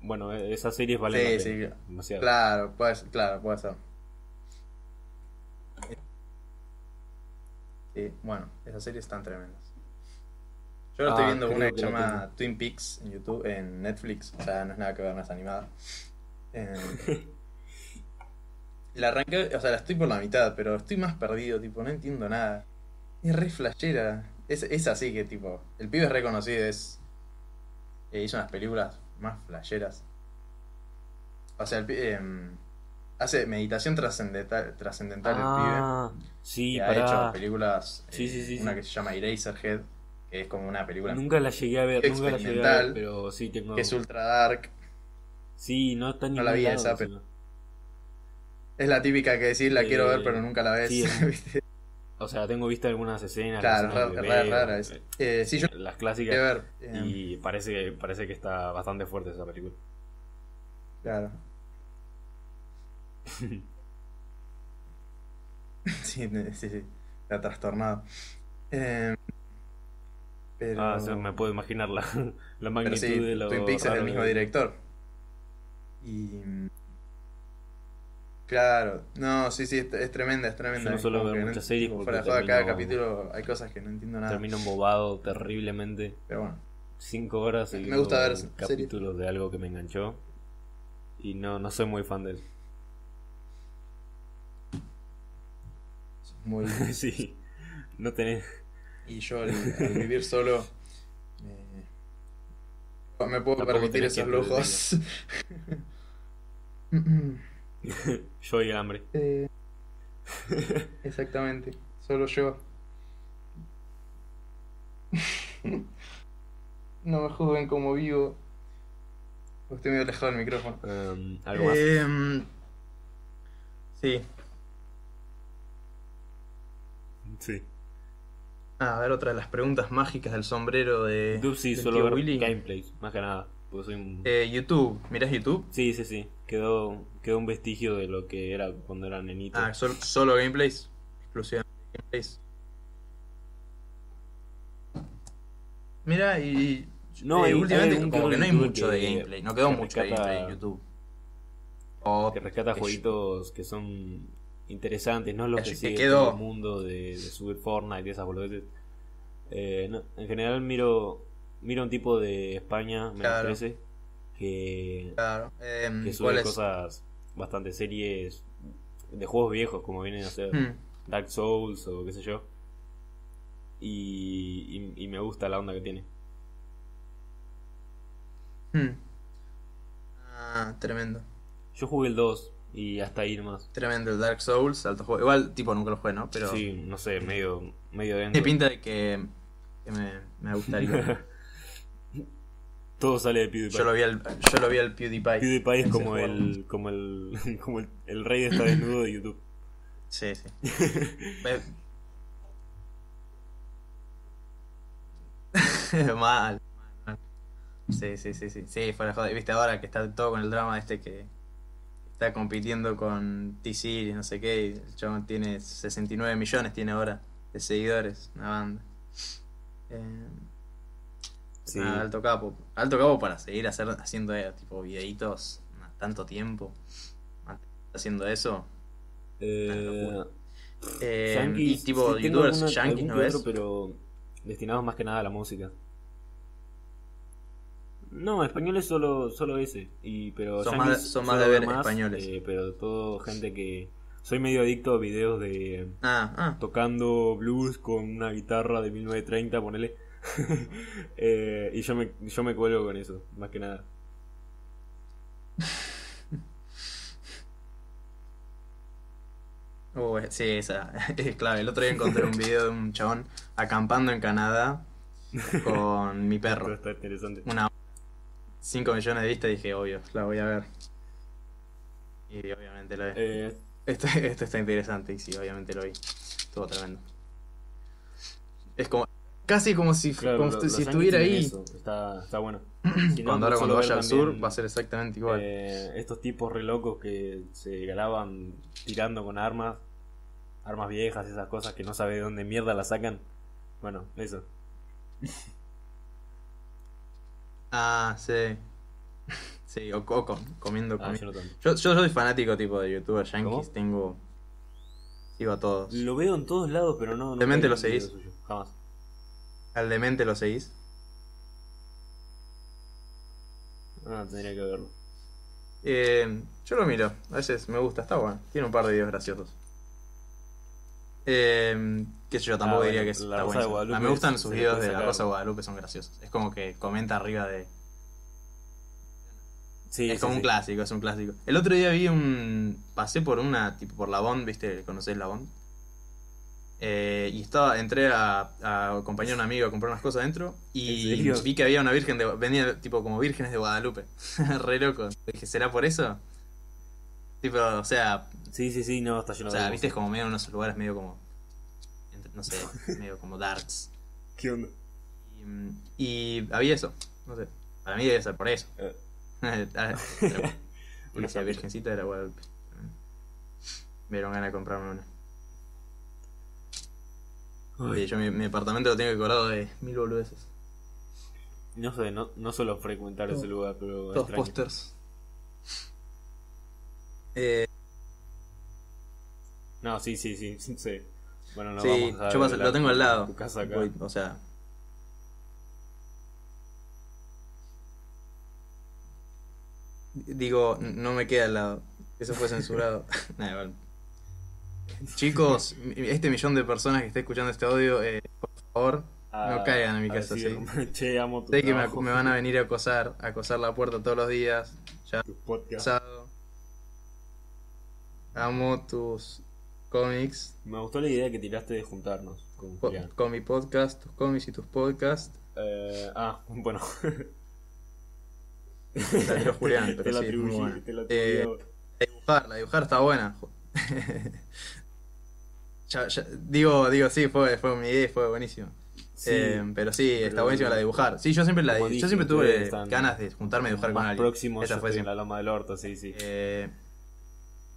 [SPEAKER 2] Bueno, eh, esas series valen
[SPEAKER 3] Sí,
[SPEAKER 2] la
[SPEAKER 3] sí,
[SPEAKER 2] pena, demasiado.
[SPEAKER 3] Claro, puede ser, claro, puede ser. Sí, bueno, esas series están tremendas. Yo ahora estoy
[SPEAKER 2] Ah,
[SPEAKER 3] viendo
[SPEAKER 2] creo
[SPEAKER 3] una que
[SPEAKER 2] que
[SPEAKER 3] se
[SPEAKER 2] la
[SPEAKER 3] llama Twin Peaks en YouTube, en Netflix, o sea, no es nada que ver, no es animada. Eh, la arranqué, o sea, la estoy por la mitad, pero estoy más perdido, tipo, no entiendo nada. Es re flashera. Es, es así que, tipo, el pibe es reconocido, es. eh, hizo unas películas más flasheras. O sea, el pibe. em, hace meditación trascendental, trascendental
[SPEAKER 2] Ah,
[SPEAKER 3] el pibe.
[SPEAKER 2] sí,
[SPEAKER 3] Y ha
[SPEAKER 2] pará.
[SPEAKER 3] hecho películas. eh,
[SPEAKER 2] Sí, sí, sí,
[SPEAKER 3] una
[SPEAKER 2] sí.
[SPEAKER 3] que se llama Eraserhead, que es como una película
[SPEAKER 2] Nunca la llegué a ver, nunca la llegué a ver,
[SPEAKER 3] Experimental,
[SPEAKER 2] pero sí tengo.
[SPEAKER 3] que es ultra dark.
[SPEAKER 2] Sí, no está en
[SPEAKER 3] No la
[SPEAKER 2] ningún
[SPEAKER 3] vi
[SPEAKER 2] lado,
[SPEAKER 3] esa, pero-
[SPEAKER 2] encima.
[SPEAKER 3] Es la típica que decís, la
[SPEAKER 2] Eh,
[SPEAKER 3] quiero ver, pero nunca la ves.
[SPEAKER 2] sí, es-
[SPEAKER 3] ¿viste?
[SPEAKER 2] O sea, tengo visto algunas escenas.
[SPEAKER 3] Claro,
[SPEAKER 2] las escenas
[SPEAKER 3] rara,
[SPEAKER 2] de
[SPEAKER 3] rara,
[SPEAKER 2] bebé,
[SPEAKER 3] rara es.
[SPEAKER 2] eh,
[SPEAKER 3] Eh, sí, yo
[SPEAKER 2] las
[SPEAKER 3] la quería
[SPEAKER 2] clásicas.
[SPEAKER 3] ver. eh,
[SPEAKER 2] Y parece que, parece que está bastante fuerte esa película.
[SPEAKER 3] Claro. Sí, ne- sí, sí. Está trastornado. Eh, pero,
[SPEAKER 2] Ah, o sea, me puedo imaginar la, la
[SPEAKER 3] pero
[SPEAKER 2] magnitud
[SPEAKER 3] sí,
[SPEAKER 2] de lo
[SPEAKER 3] Twin Peaks es
[SPEAKER 2] raro
[SPEAKER 3] del mismo
[SPEAKER 2] que-
[SPEAKER 3] director. Y. Claro, no, sí, sí, es, es tremenda, es tremenda.
[SPEAKER 2] Yo no
[SPEAKER 3] Es
[SPEAKER 2] suelo
[SPEAKER 3] como
[SPEAKER 2] ver
[SPEAKER 3] que no-
[SPEAKER 2] muchas series
[SPEAKER 3] tipo,
[SPEAKER 2] porque
[SPEAKER 3] fuera de joda, cada
[SPEAKER 2] termino-
[SPEAKER 3] capítulo hay cosas que no entiendo nada.
[SPEAKER 2] Termino embobado terriblemente.
[SPEAKER 3] Pero bueno.
[SPEAKER 2] Cinco horas
[SPEAKER 3] Me
[SPEAKER 2] siguiendo
[SPEAKER 3] gusta ver
[SPEAKER 2] un
[SPEAKER 3] series.
[SPEAKER 2] capítulo de algo que me enganchó. Y no, no soy muy fan de él.
[SPEAKER 3] Muy,
[SPEAKER 2] sí. No tenés.
[SPEAKER 3] Y yo al, al vivir solo me, me puedo
[SPEAKER 2] Tampoco
[SPEAKER 3] permitir
[SPEAKER 2] tenés
[SPEAKER 3] esos
[SPEAKER 2] tiempo de
[SPEAKER 3] lujos.
[SPEAKER 2] Yo y el hambre.
[SPEAKER 3] Eh, exactamente, solo yo. No me juzguen como vivo. Eh, Estoy medio alejado del micrófono.
[SPEAKER 2] Em, algo más.
[SPEAKER 3] Em, sí.
[SPEAKER 2] Sí.
[SPEAKER 3] Ah, a ver, otra de las preguntas mágicas del sombrero de.
[SPEAKER 2] YouTube sí,
[SPEAKER 3] del
[SPEAKER 2] suelo
[SPEAKER 3] tío
[SPEAKER 2] ver
[SPEAKER 3] Willy.
[SPEAKER 2] gameplays, más que nada. Porque soy un...
[SPEAKER 3] Eh, YouTube, ¿mirás YouTube?
[SPEAKER 2] Sí, sí, sí. Quedó, quedó un vestigio de lo que era cuando era nenito.
[SPEAKER 3] Ah, sol- solo gameplays. Exclusivamente gameplays. Mira, y.
[SPEAKER 2] No,
[SPEAKER 3] eh,
[SPEAKER 2] hay- hay
[SPEAKER 3] últimamente
[SPEAKER 2] algún
[SPEAKER 3] como
[SPEAKER 2] que
[SPEAKER 3] que no hay
[SPEAKER 2] otro youtuber
[SPEAKER 3] mucho de
[SPEAKER 2] que-
[SPEAKER 3] gameplay. No quedó
[SPEAKER 2] que
[SPEAKER 3] mucho de
[SPEAKER 2] rescata-
[SPEAKER 3] gameplay en YouTube. O
[SPEAKER 2] que rescata
[SPEAKER 3] que-
[SPEAKER 2] jueguitos que son interesantes, no los
[SPEAKER 3] que
[SPEAKER 2] que
[SPEAKER 3] yo-
[SPEAKER 2] sigue
[SPEAKER 3] que quedó.
[SPEAKER 2] todo el mundo de, de subir Fortnite y esas boludeces. Eh, no, en general miro miro un tipo de España menos
[SPEAKER 3] Claro.
[SPEAKER 2] 13 que,
[SPEAKER 3] Claro. em,
[SPEAKER 2] que
[SPEAKER 3] ¿Cuál
[SPEAKER 2] sube
[SPEAKER 3] es?
[SPEAKER 2] cosas bastante series de juegos viejos como vienen a ser
[SPEAKER 3] Hmm.
[SPEAKER 2] Dark Souls o qué sé yo. Y, y- y me gusta la onda que tiene.
[SPEAKER 3] Hmm. Ah, tremendo.
[SPEAKER 2] Yo jugué el 2 y hasta ahí nomás.
[SPEAKER 3] Tremendo el Dark Souls, alto juego. Igual, tipo, nunca lo jugué, ¿no? Pero
[SPEAKER 2] sí, no sé, medio, medio dentro.
[SPEAKER 3] tiene pinta de que, que me, me gustaría.
[SPEAKER 2] Todo sale de PewDiePie.
[SPEAKER 3] yo, lo vi al, yo lo vi al PewDiePie.
[SPEAKER 2] PewDiePie es
[SPEAKER 3] Ese
[SPEAKER 2] como
[SPEAKER 3] juego.
[SPEAKER 2] el, como el como el, el rey está desnudo de YouTube.
[SPEAKER 3] Sí, sí. Me- mal, mal. Sí, sí, sí, sí. Sí, fuera de joda. Y Viste ahora que está todo con el drama este que está compitiendo con t y no sé qué. Y el chabón tiene 69 millones, tiene ahora de seguidores. Una banda. Eh,
[SPEAKER 2] Sí.
[SPEAKER 3] nada, alto capo. Alto capo para seguir hacer, haciendo eh, tipo videitos nada, tanto tiempo. Haciendo eso.
[SPEAKER 2] eh,
[SPEAKER 3] Eh,
[SPEAKER 2] yankees,
[SPEAKER 3] y tipo
[SPEAKER 2] sí, tengo
[SPEAKER 3] youtubers
[SPEAKER 2] alguna-
[SPEAKER 3] yankees,
[SPEAKER 2] algún
[SPEAKER 3] ¿no
[SPEAKER 2] que
[SPEAKER 3] ves?
[SPEAKER 2] otro, pero destinados más que nada a la música. No, españoles solo solo ese y pero
[SPEAKER 3] Son más-
[SPEAKER 2] yankees
[SPEAKER 3] son más
[SPEAKER 2] solo
[SPEAKER 3] de
[SPEAKER 2] veo
[SPEAKER 3] ver españoles.
[SPEAKER 2] eh, pero todo gente que soy medio adicto a videos de
[SPEAKER 3] Ah, ah.
[SPEAKER 2] tocando blues con una guitarra de 1930, ponele. Eh, y yo me, yo me cuelgo con eso, más que nada.
[SPEAKER 3] Uh, eh, sí, esa es clave. El otro día encontré un video de un chabón acampando en Canadá con mi
[SPEAKER 2] Pero
[SPEAKER 3] perro.
[SPEAKER 2] está interesante.
[SPEAKER 3] 5 millones de vistas dije, obvio, la voy a ver. Y obviamente la vi.
[SPEAKER 2] Eh,
[SPEAKER 3] Esto, esto está interesante y sí, obviamente lo vi. Estuvo tremendo. Es como casi como si,
[SPEAKER 2] claro,
[SPEAKER 3] como
[SPEAKER 2] lo-
[SPEAKER 3] si
[SPEAKER 2] los Yankees
[SPEAKER 3] estuviera
[SPEAKER 2] tienen
[SPEAKER 3] ahí.
[SPEAKER 2] eso, Está, está bueno. Si no,
[SPEAKER 3] Cuando ahora
[SPEAKER 2] solo
[SPEAKER 3] cuando
[SPEAKER 2] ver
[SPEAKER 3] vaya al
[SPEAKER 2] también,
[SPEAKER 3] sur va a ser exactamente igual.
[SPEAKER 2] eh, estos tipos re locos que se graban tirando con armas, armas viejas, esas cosas que no sabe de dónde mierda las sacan. Bueno, eso.
[SPEAKER 3] Ah, sí. Sí, o, o com- comiendo
[SPEAKER 2] Ah,
[SPEAKER 3] comida.
[SPEAKER 2] yo no tanto.
[SPEAKER 3] Yo, yo soy fanático tipo de youtubers yankees,
[SPEAKER 2] ¿Cómo?
[SPEAKER 3] tengo. Sigo a todos.
[SPEAKER 2] Lo veo en todos lados, pero no. no
[SPEAKER 3] Demente
[SPEAKER 2] tengo
[SPEAKER 3] lo seguís.
[SPEAKER 2] video suyo, Jamás.
[SPEAKER 3] ¿Al demente lo seguís?
[SPEAKER 2] Ah, tendría que verlo.
[SPEAKER 3] Eh, yo lo miro, a veces me gusta, está bueno. Tiene un par de videos graciosos. Eh, qué sé yo, tampoco
[SPEAKER 2] Ah,
[SPEAKER 3] diría
[SPEAKER 2] bueno,
[SPEAKER 3] que
[SPEAKER 2] La
[SPEAKER 3] está
[SPEAKER 2] Rosa de
[SPEAKER 3] buenísimo.
[SPEAKER 2] Guadalupe
[SPEAKER 3] Ah, me gustan sus
[SPEAKER 2] se le
[SPEAKER 3] videos
[SPEAKER 2] puede
[SPEAKER 3] de La
[SPEAKER 2] sacar.
[SPEAKER 3] Rosa de Guadalupe, son graciosos. Es como que comenta arriba de.
[SPEAKER 2] Sí,
[SPEAKER 3] es
[SPEAKER 2] sí,
[SPEAKER 3] como
[SPEAKER 2] sí.
[SPEAKER 3] un clásico, es un clásico. El otro día vi un. Pasé por una, tipo por la Bond, ¿viste? ¿Conocés la Bond? Eh, y estaba, entré a, a acompañar a un amigo a comprar unas cosas adentro
[SPEAKER 2] ¿En
[SPEAKER 3] y
[SPEAKER 2] serio?
[SPEAKER 3] vi que había una virgen de. Venía tipo como vírgenes de Guadalupe. Re loco. Dije, ¿será por eso? Tipo, o sea,
[SPEAKER 2] Sí, sí, sí, no, está lleno
[SPEAKER 3] o sea,
[SPEAKER 2] de
[SPEAKER 3] viste, es como medio en unos lugares medio como. entre- No sé, medio como darts.
[SPEAKER 2] ¿Qué onda?
[SPEAKER 3] Y, mm, y había eso. No sé. Para mí debe ser por eso.
[SPEAKER 2] Eh.
[SPEAKER 3] Era- era-
[SPEAKER 2] Una
[SPEAKER 3] Una sea virgencita era Guadalupe. Me dieron ganas de comprarme una. Oye, yo mi, mi apartamento lo tengo decorado de mil boludeces.
[SPEAKER 2] No sé, no, no suelo frecuentar
[SPEAKER 3] Todos-
[SPEAKER 2] ese lugar, pero
[SPEAKER 3] Todos
[SPEAKER 2] extraño.
[SPEAKER 3] pósters. Eh,
[SPEAKER 2] No, sí, sí, sí, sí. sí. Bueno, no
[SPEAKER 3] sí,
[SPEAKER 2] vamos a
[SPEAKER 3] yo paso-
[SPEAKER 2] hablar
[SPEAKER 3] lo tengo al
[SPEAKER 2] de
[SPEAKER 3] lado.
[SPEAKER 2] Tu casa acá.
[SPEAKER 3] Voy, o sea. Digo, n- no me queda al lado. Eso fue censurado. Nah, igual. Chicos, este millón de personas que está escuchando este audio, eh, por favor,
[SPEAKER 2] Ah,
[SPEAKER 3] no caigan a mi
[SPEAKER 2] a
[SPEAKER 3] casa,
[SPEAKER 2] decir, Che, amo tu
[SPEAKER 3] Sé que me,
[SPEAKER 2] trabajo,
[SPEAKER 3] me van a venir a acosar, a acosar la puerta todos los días.
[SPEAKER 2] tu podcast.
[SPEAKER 3] Acosado. Amo tus cómics,
[SPEAKER 2] Me gustó la idea que tiraste de juntarnos con
[SPEAKER 3] po-
[SPEAKER 2] Julián.
[SPEAKER 3] con mi podcast, tus cómics y tus podcasts.
[SPEAKER 2] Eh, ah, bueno.
[SPEAKER 3] La tiró Julián, pero
[SPEAKER 2] te la
[SPEAKER 3] sí, es muy
[SPEAKER 2] atribuí,
[SPEAKER 3] buena.
[SPEAKER 2] te la
[SPEAKER 3] Eh,
[SPEAKER 2] atribuí.
[SPEAKER 3] La dibujar, la dibujar está buena. Ya- ya- digo, digo, sí, fue, fue mi idea y fue buenísimo.
[SPEAKER 2] Sí,
[SPEAKER 3] Eh, pero sí, está
[SPEAKER 2] pero-
[SPEAKER 3] buenísima la de dibujar. Sí, yo siempre, la,
[SPEAKER 2] Como
[SPEAKER 3] yo
[SPEAKER 2] dije,
[SPEAKER 3] siempre tuve
[SPEAKER 2] ustedes están
[SPEAKER 3] ganas de juntarme a dibujar con
[SPEAKER 2] más
[SPEAKER 3] alguien.
[SPEAKER 2] próximo
[SPEAKER 3] Esa
[SPEAKER 2] yo
[SPEAKER 3] fue
[SPEAKER 2] estoy en
[SPEAKER 3] siempre
[SPEAKER 2] la loma del orto, sí, sí.
[SPEAKER 3] eh,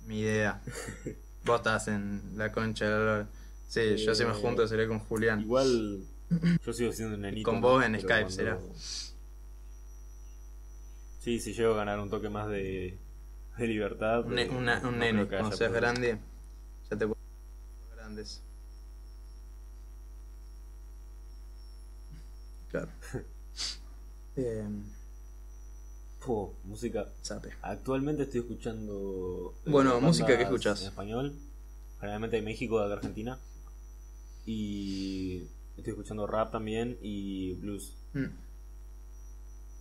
[SPEAKER 3] mi idea. Vos estás en la concha de la lora. Sí, yo si me
[SPEAKER 2] Eh,
[SPEAKER 3] junto seré con Julián.
[SPEAKER 2] Igual yo sigo siendo un nenito.
[SPEAKER 3] Con
[SPEAKER 2] ¿no?
[SPEAKER 3] vos en
[SPEAKER 2] Pero
[SPEAKER 3] Skype
[SPEAKER 2] cuando-
[SPEAKER 3] será.
[SPEAKER 2] Sí, si llego a ganar un toque más de, de libertad.
[SPEAKER 3] Un,
[SPEAKER 2] eh,
[SPEAKER 3] ne- una-
[SPEAKER 2] no
[SPEAKER 3] un nene,
[SPEAKER 2] creo que haya
[SPEAKER 3] cuando
[SPEAKER 2] pues.
[SPEAKER 3] seas
[SPEAKER 2] problema.
[SPEAKER 3] grande, ya te puedo- grandes. Claro. Em,
[SPEAKER 2] Po, música.
[SPEAKER 3] sape.
[SPEAKER 2] Actualmente estoy escuchando. eh,
[SPEAKER 3] Bueno,
[SPEAKER 2] bandas
[SPEAKER 3] música, ¿qué escuchas?
[SPEAKER 2] En español. Generalmente de México, de Argentina. Y estoy escuchando rap también y blues.
[SPEAKER 3] Mm.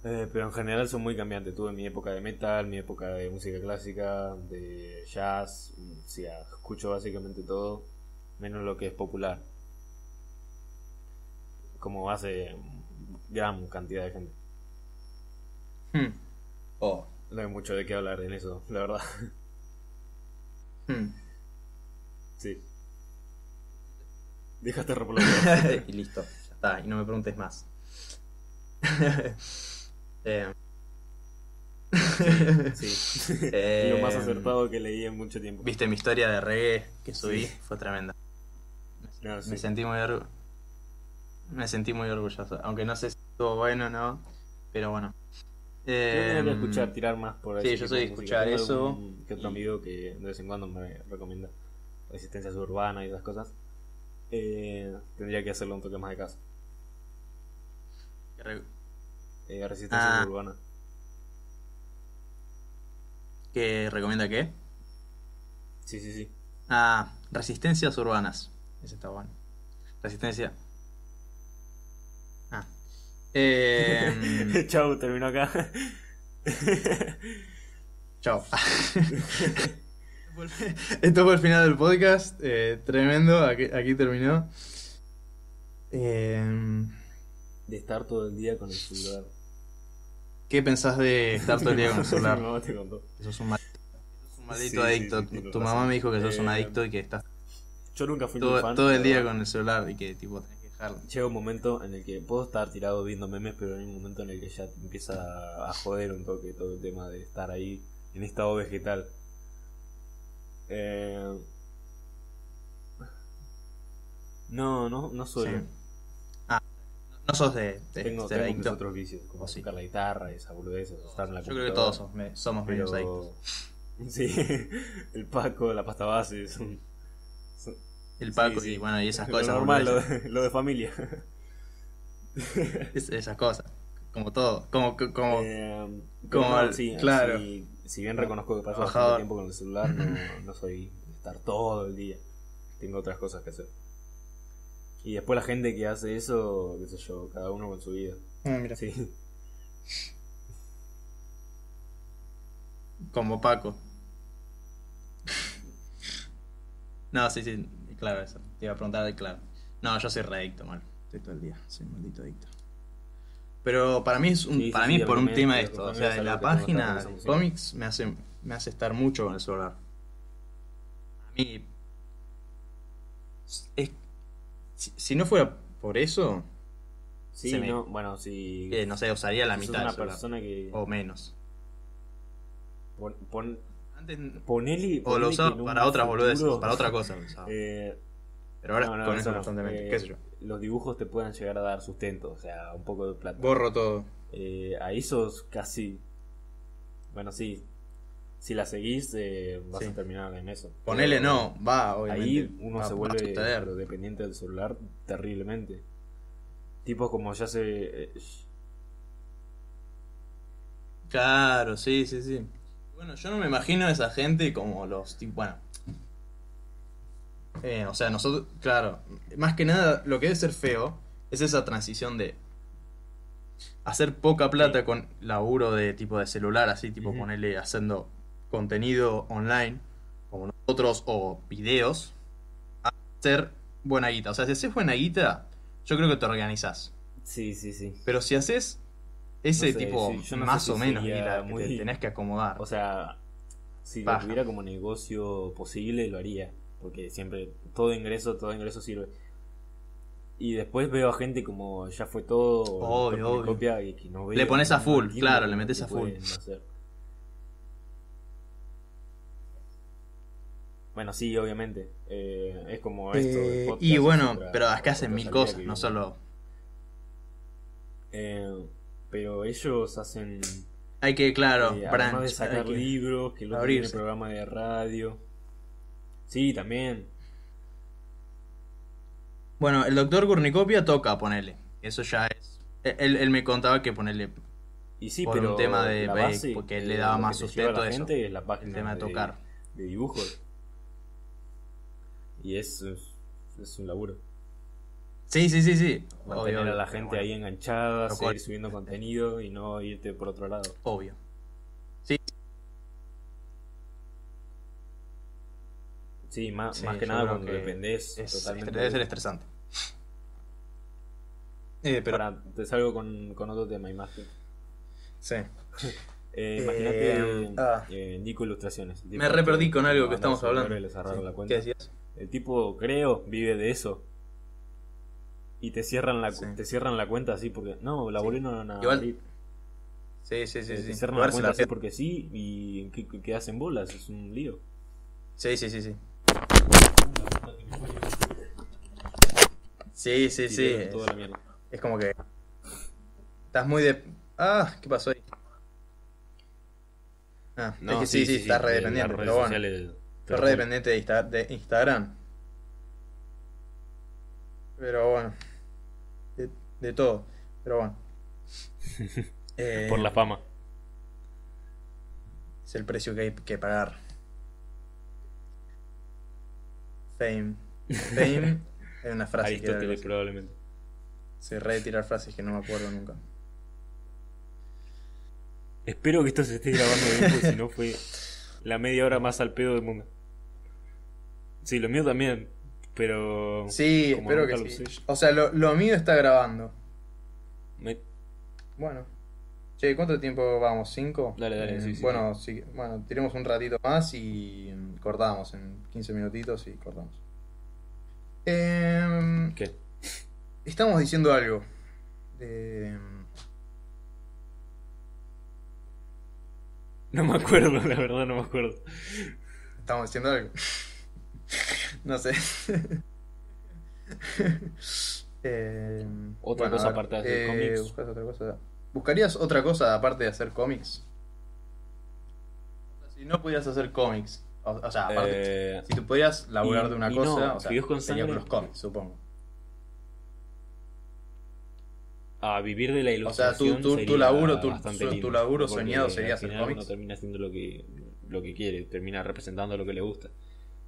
[SPEAKER 2] Eh, pero en general son muy cambiantes. Tuve mi época de metal, mi época de música clásica, de jazz. mm, O sea, escucho básicamente todo, menos lo que es popular. Como hace mm, gran cantidad de gente.
[SPEAKER 3] Hmm.
[SPEAKER 4] Oh,
[SPEAKER 2] No hay mucho de qué hablar en eso, la verdad.
[SPEAKER 3] Hmm.
[SPEAKER 2] Sí. Déjate replotar.
[SPEAKER 3] y listo, ya está, y no me preguntes más. Eh,
[SPEAKER 2] Sí.
[SPEAKER 3] eh,
[SPEAKER 2] lo más acertado que leí en mucho tiempo.
[SPEAKER 3] Viste mi historia de reggae que subí,
[SPEAKER 2] Sí.
[SPEAKER 3] fue tremenda.
[SPEAKER 2] No, sí.
[SPEAKER 3] Me sentí muy orgu- me sentí muy orgulloso, aunque no sé si estuvo bueno o no, pero bueno.
[SPEAKER 2] Yo tengo que
[SPEAKER 3] Em,
[SPEAKER 2] escuchar, tirar más por ahí.
[SPEAKER 3] sí, yo soy de escuchar eso
[SPEAKER 2] Que otro
[SPEAKER 3] y-
[SPEAKER 2] amigo que de vez en cuando me recomienda resistencias urbanas y esas cosas. Eh, tendría que hacerlo un toque más de caso.
[SPEAKER 3] re-
[SPEAKER 2] Eh, resistencias
[SPEAKER 3] Ah.
[SPEAKER 2] urbanas.
[SPEAKER 3] ¿Qué recomienda qué?
[SPEAKER 2] Sí, sí, sí.
[SPEAKER 3] Ah, resistencias urbanas. Ese está bueno. Resistencia. Ah. Em,
[SPEAKER 2] Chau, terminó acá.
[SPEAKER 3] Chao. Esto fue el final del podcast. eh, tremendo. Aquí, aquí terminó. Eh,
[SPEAKER 2] de estar todo el día con el celular.
[SPEAKER 3] ¿Qué pensás de estar todo el día con el
[SPEAKER 2] Mi
[SPEAKER 3] celular?
[SPEAKER 2] mamá te contó.
[SPEAKER 3] Que sos un maldito, sos un maldito
[SPEAKER 2] Sí, sí,
[SPEAKER 3] adicto.
[SPEAKER 2] sí, tienes
[SPEAKER 3] tu
[SPEAKER 2] razón.
[SPEAKER 3] mamá me dijo que sos un
[SPEAKER 2] Eh,
[SPEAKER 3] adicto y que estás
[SPEAKER 2] Yo nunca fui muy
[SPEAKER 3] todo,
[SPEAKER 2] fan.
[SPEAKER 3] todo el día
[SPEAKER 2] pero
[SPEAKER 3] con el celular y que tipo tenés que dejarlo.
[SPEAKER 2] Llega un momento en el que puedo estar tirado viendo memes, pero hay un momento en el que ya te empieza a joder un toque todo el tema de estar ahí en estado vegetal. Eh, No, no, no soy.
[SPEAKER 3] Sí. Ah, No sos de, de
[SPEAKER 2] Tengo,
[SPEAKER 3] ser
[SPEAKER 2] tengo mis
[SPEAKER 3] adicto.
[SPEAKER 2] otros vicios, como
[SPEAKER 3] Sí.
[SPEAKER 2] tocar la guitarra, esa boludez, estar en la
[SPEAKER 3] Yo creo que
[SPEAKER 2] computadora,
[SPEAKER 3] todos somos, me- somos
[SPEAKER 2] pero-
[SPEAKER 3] medios adictos.
[SPEAKER 2] Sí, el Paco, la pasta base, son- son-
[SPEAKER 3] El Paco
[SPEAKER 2] sí.
[SPEAKER 3] y bueno, y esas
[SPEAKER 2] lo
[SPEAKER 3] cosas.
[SPEAKER 2] normal, lo
[SPEAKER 3] boludeces.
[SPEAKER 2] de, lo de familia.
[SPEAKER 3] Es- esas cosas. Como todo. Como, como,
[SPEAKER 2] Eh,
[SPEAKER 3] como
[SPEAKER 2] pero no,
[SPEAKER 3] el-
[SPEAKER 2] sí,
[SPEAKER 3] claro.
[SPEAKER 2] Si, si bien reconozco que paso
[SPEAKER 3] Trabajador.
[SPEAKER 2] bastante tiempo con el celular, no, no soy de estar todo el día. Tengo otras cosas que hacer. Y después la gente que hace eso, qué sé yo, cada uno con su vida.
[SPEAKER 3] Ah, mira.
[SPEAKER 2] Sí.
[SPEAKER 3] Como Paco. No, sí, sí, claro, eso. Te iba a preguntar, claro. No, yo soy re adicto, mal. Estoy todo el día, soy maldito adicto. Pero para mí es un,
[SPEAKER 2] Sí, sí,
[SPEAKER 3] para
[SPEAKER 2] sí,
[SPEAKER 3] mí
[SPEAKER 2] a
[SPEAKER 3] es por
[SPEAKER 2] mí
[SPEAKER 3] un
[SPEAKER 2] me-
[SPEAKER 3] tema de
[SPEAKER 2] me
[SPEAKER 3] esto. O
[SPEAKER 2] acompaña
[SPEAKER 3] sea,
[SPEAKER 2] esa
[SPEAKER 3] la
[SPEAKER 2] luz que tengo
[SPEAKER 3] página
[SPEAKER 2] atrás de esa
[SPEAKER 3] de
[SPEAKER 2] música.
[SPEAKER 3] cómics me hace, me hace estar mucho con el celular. A mí. es- si, si no fuera por eso,
[SPEAKER 2] Sí,
[SPEAKER 3] Se me-
[SPEAKER 2] no, bueno, si
[SPEAKER 3] eh, no sé, usaría la
[SPEAKER 2] sos
[SPEAKER 3] mitad del
[SPEAKER 2] una
[SPEAKER 3] celular.
[SPEAKER 2] persona que
[SPEAKER 3] O menos.
[SPEAKER 2] pon, pon,
[SPEAKER 3] Antes,
[SPEAKER 2] ponele,
[SPEAKER 3] o lo
[SPEAKER 2] ponele
[SPEAKER 3] usaba
[SPEAKER 2] que en un
[SPEAKER 3] para otras boludeces,
[SPEAKER 2] futuro,
[SPEAKER 3] para otra cosa. lo usaba.
[SPEAKER 2] eh,
[SPEAKER 3] Pero ahora
[SPEAKER 2] No, no,
[SPEAKER 3] con
[SPEAKER 2] eso
[SPEAKER 3] eso
[SPEAKER 2] no.
[SPEAKER 3] constantemente,
[SPEAKER 2] Eh,
[SPEAKER 3] qué sé yo.
[SPEAKER 2] los dibujos te puedan llegar a dar sustento, o sea, un poco de plata.
[SPEAKER 3] Borro todo.
[SPEAKER 2] Eh, ahí sos casi. Bueno, sí. Si la seguís, eh, vas
[SPEAKER 3] Sí.
[SPEAKER 2] a terminar en eso.
[SPEAKER 3] Ponele
[SPEAKER 2] Pero
[SPEAKER 3] no, va, obviamente.
[SPEAKER 2] eh,
[SPEAKER 3] Ah,
[SPEAKER 2] Ahí uno
[SPEAKER 3] va-
[SPEAKER 2] se
[SPEAKER 3] va a
[SPEAKER 2] vuelve
[SPEAKER 3] suceder.
[SPEAKER 2] pero dependiente del celular terriblemente. Tipos como ya se. eh,
[SPEAKER 3] Claro, sí, sí, sí. Bueno, yo no me imagino a esa gente como los. tip- Bueno. Eh, o sea, nosotros. Claro, más que nada, lo que debe ser feo es esa transición de. Hacer poca plata con laburo de tipo de celular, así, tipo
[SPEAKER 2] Ujú.
[SPEAKER 3] ponerle haciendo contenido online, como nosotros, o videos, a hacer buena guita. O sea, si haces buena guita, yo creo que te organizás.
[SPEAKER 2] Sí, sí, sí.
[SPEAKER 3] Pero si haces ese
[SPEAKER 2] No sé,
[SPEAKER 3] tipo
[SPEAKER 2] sí, yo no sé
[SPEAKER 3] más
[SPEAKER 2] si
[SPEAKER 3] o menos,
[SPEAKER 2] sería
[SPEAKER 3] mira, que te
[SPEAKER 2] muy-
[SPEAKER 3] tenés que acomodar.
[SPEAKER 2] O sea, si lo
[SPEAKER 3] Paja.
[SPEAKER 2] tuviera como negocio posible, lo haría. Porque siempre, todo ingreso, todo ingreso sirve. Y después veo a gente como ya fue todo,
[SPEAKER 3] Obvio,
[SPEAKER 2] copia-
[SPEAKER 3] obvio.
[SPEAKER 2] copia y que no
[SPEAKER 3] Le
[SPEAKER 2] veo,
[SPEAKER 3] pones a
[SPEAKER 2] no
[SPEAKER 3] full,
[SPEAKER 2] entiendo
[SPEAKER 3] claro, le
[SPEAKER 2] lo
[SPEAKER 3] metes
[SPEAKER 2] que
[SPEAKER 3] a full.
[SPEAKER 2] pueden hacer. Bueno, sí, obviamente. eh, es como esto.
[SPEAKER 3] Eh,
[SPEAKER 2] el podcast
[SPEAKER 3] y
[SPEAKER 2] es
[SPEAKER 3] bueno,
[SPEAKER 2] otra-
[SPEAKER 3] pero es que hacen
[SPEAKER 2] otra
[SPEAKER 3] mil
[SPEAKER 2] salida
[SPEAKER 3] cosas,
[SPEAKER 2] que
[SPEAKER 3] no
[SPEAKER 2] viene.
[SPEAKER 3] solo.
[SPEAKER 2] Eh, pero ellos hacen.
[SPEAKER 3] Hay que, claro,
[SPEAKER 2] eh, además de
[SPEAKER 3] branch. hay
[SPEAKER 2] sacar
[SPEAKER 3] que-
[SPEAKER 2] libros, que luego
[SPEAKER 3] abrirse.
[SPEAKER 2] tiene programa de radio. Sí, también.
[SPEAKER 3] Bueno, el doctor Gurnicopia toca, ponele. Eso ya es. Él, él me contaba que ponele
[SPEAKER 2] Y sí,
[SPEAKER 3] Por un
[SPEAKER 2] pero
[SPEAKER 3] tema de-
[SPEAKER 2] la
[SPEAKER 3] de-
[SPEAKER 2] base,
[SPEAKER 3] porque le
[SPEAKER 2] eh,
[SPEAKER 3] daba
[SPEAKER 2] lo
[SPEAKER 3] más
[SPEAKER 2] que te lleva a
[SPEAKER 3] sustento
[SPEAKER 2] la
[SPEAKER 3] eso,
[SPEAKER 2] gente es la
[SPEAKER 3] el
[SPEAKER 2] página
[SPEAKER 3] tema de tocar.
[SPEAKER 2] de dibujos. Y eso es, es un laburo.
[SPEAKER 3] Sí, sí, sí, sí.
[SPEAKER 2] Mantener
[SPEAKER 3] Obvio,
[SPEAKER 2] a la
[SPEAKER 3] obvio,
[SPEAKER 2] gente
[SPEAKER 3] pero
[SPEAKER 2] ahí enganchada,
[SPEAKER 3] Lo
[SPEAKER 2] seguir
[SPEAKER 3] cual-
[SPEAKER 2] subiendo contenido y no irte por otro lado.
[SPEAKER 3] bueno, Obvio. Sí,
[SPEAKER 2] Sí, más,
[SPEAKER 3] Sí,
[SPEAKER 2] más que
[SPEAKER 3] yo
[SPEAKER 2] nada
[SPEAKER 3] creo
[SPEAKER 2] cuando
[SPEAKER 3] que
[SPEAKER 2] dependés
[SPEAKER 3] es-
[SPEAKER 2] totalmente.
[SPEAKER 3] debe ser estresante. Eh, pero.
[SPEAKER 2] Pará, te salgo con, con otro tema, imagen.
[SPEAKER 3] Sí.
[SPEAKER 2] Eh,
[SPEAKER 3] Eh,
[SPEAKER 2] Imagínate
[SPEAKER 3] ah.
[SPEAKER 2] eh, Nico Ilustraciones.
[SPEAKER 3] Me re perdí con algo que estamos hablando.
[SPEAKER 2] Les cerraron la cuenta.
[SPEAKER 3] ¿Qué decías?
[SPEAKER 2] El tipo, creo, vive de eso. Y te cierran la, cu-
[SPEAKER 3] Sí.
[SPEAKER 2] te cierran la cuenta así porque. No, la volvieron a
[SPEAKER 3] Igual,
[SPEAKER 2] abrir.
[SPEAKER 3] Sí, sí, sí.
[SPEAKER 2] Eh,
[SPEAKER 3] sí.
[SPEAKER 2] te cierran la
[SPEAKER 3] Jugarse
[SPEAKER 2] cuenta
[SPEAKER 3] la
[SPEAKER 2] así
[SPEAKER 3] red.
[SPEAKER 2] porque sí y que- que- quedas en bolas. Es un lío.
[SPEAKER 3] Sí, sí, sí, sí. Sí, sí, sí.
[SPEAKER 2] Tiré toda la mierda.
[SPEAKER 3] Es como que. Estás muy de. Ah, ¿qué pasó ahí? Ah, es que sí, sí, estás re
[SPEAKER 2] de
[SPEAKER 3] dependiente,
[SPEAKER 2] las
[SPEAKER 3] pero
[SPEAKER 2] redes
[SPEAKER 3] bueno.
[SPEAKER 2] sociales te
[SPEAKER 3] Estás re
[SPEAKER 2] recuerdan.
[SPEAKER 3] dependiente de, Insta- de Instagram. Pero bueno. De, de todo. Pero bueno. Eh,
[SPEAKER 2] Por la fama.
[SPEAKER 3] es el precio que hay que pagar. Fame. Fame es una frase que era algo
[SPEAKER 2] Aristóteles,
[SPEAKER 3] así.
[SPEAKER 2] probablemente.
[SPEAKER 3] Se re de tirar frases que no me acuerdo nunca.
[SPEAKER 2] Espero que esto se esté grabando bien, porque si no fue la media hora más al pedo del mundo. Sí, lo mío también, pero.
[SPEAKER 3] Sí,
[SPEAKER 2] como
[SPEAKER 3] espero
[SPEAKER 2] nunca lo
[SPEAKER 3] que sí.
[SPEAKER 2] usé,
[SPEAKER 3] O sea, lo, lo mío está grabando.
[SPEAKER 2] me-
[SPEAKER 3] Bueno. Che, ¿cuánto tiempo vamos? ¿Cinco?
[SPEAKER 2] Dale, dale,
[SPEAKER 3] Eh,
[SPEAKER 2] sí, sí,
[SPEAKER 3] bueno, sí, bueno, tiremos un ratito más y mm, cortamos en 15 minutitos y cortamos. Em,
[SPEAKER 2] ¿Qué?
[SPEAKER 3] estamos diciendo algo. Em,
[SPEAKER 2] No me acuerdo, la verdad, no me acuerdo.
[SPEAKER 3] estamos diciendo algo. no sé. Em,
[SPEAKER 2] Otra
[SPEAKER 3] bueno,
[SPEAKER 2] cosa
[SPEAKER 3] a ver, eh,
[SPEAKER 2] aparte de hacer cómics.
[SPEAKER 3] buscas otra cosa. ¿Buscarías otra cosa aparte de hacer cómics? O sea, Si no pudieras hacer cómics, o, o sea, aparte,
[SPEAKER 2] Eh,
[SPEAKER 3] Si tú pudieras laburar
[SPEAKER 2] Y-
[SPEAKER 3] de una
[SPEAKER 2] y
[SPEAKER 3] cosa,
[SPEAKER 2] no,
[SPEAKER 3] o sea,
[SPEAKER 2] fideos con
[SPEAKER 3] sería
[SPEAKER 2] sangre.
[SPEAKER 3] con los cómics, supongo.
[SPEAKER 2] a vivir de la
[SPEAKER 3] O sea, tú- tú-
[SPEAKER 2] ilustración.
[SPEAKER 3] tu
[SPEAKER 2] sería
[SPEAKER 3] laburo, tu-
[SPEAKER 2] bastante
[SPEAKER 3] tu- tu
[SPEAKER 2] lindo,
[SPEAKER 3] laburo
[SPEAKER 2] porque
[SPEAKER 3] soñado
[SPEAKER 2] al
[SPEAKER 3] sería hacer
[SPEAKER 2] final
[SPEAKER 3] cómics.
[SPEAKER 2] Uno termina haciendo lo que, lo que quiere, termina representando lo que le gusta.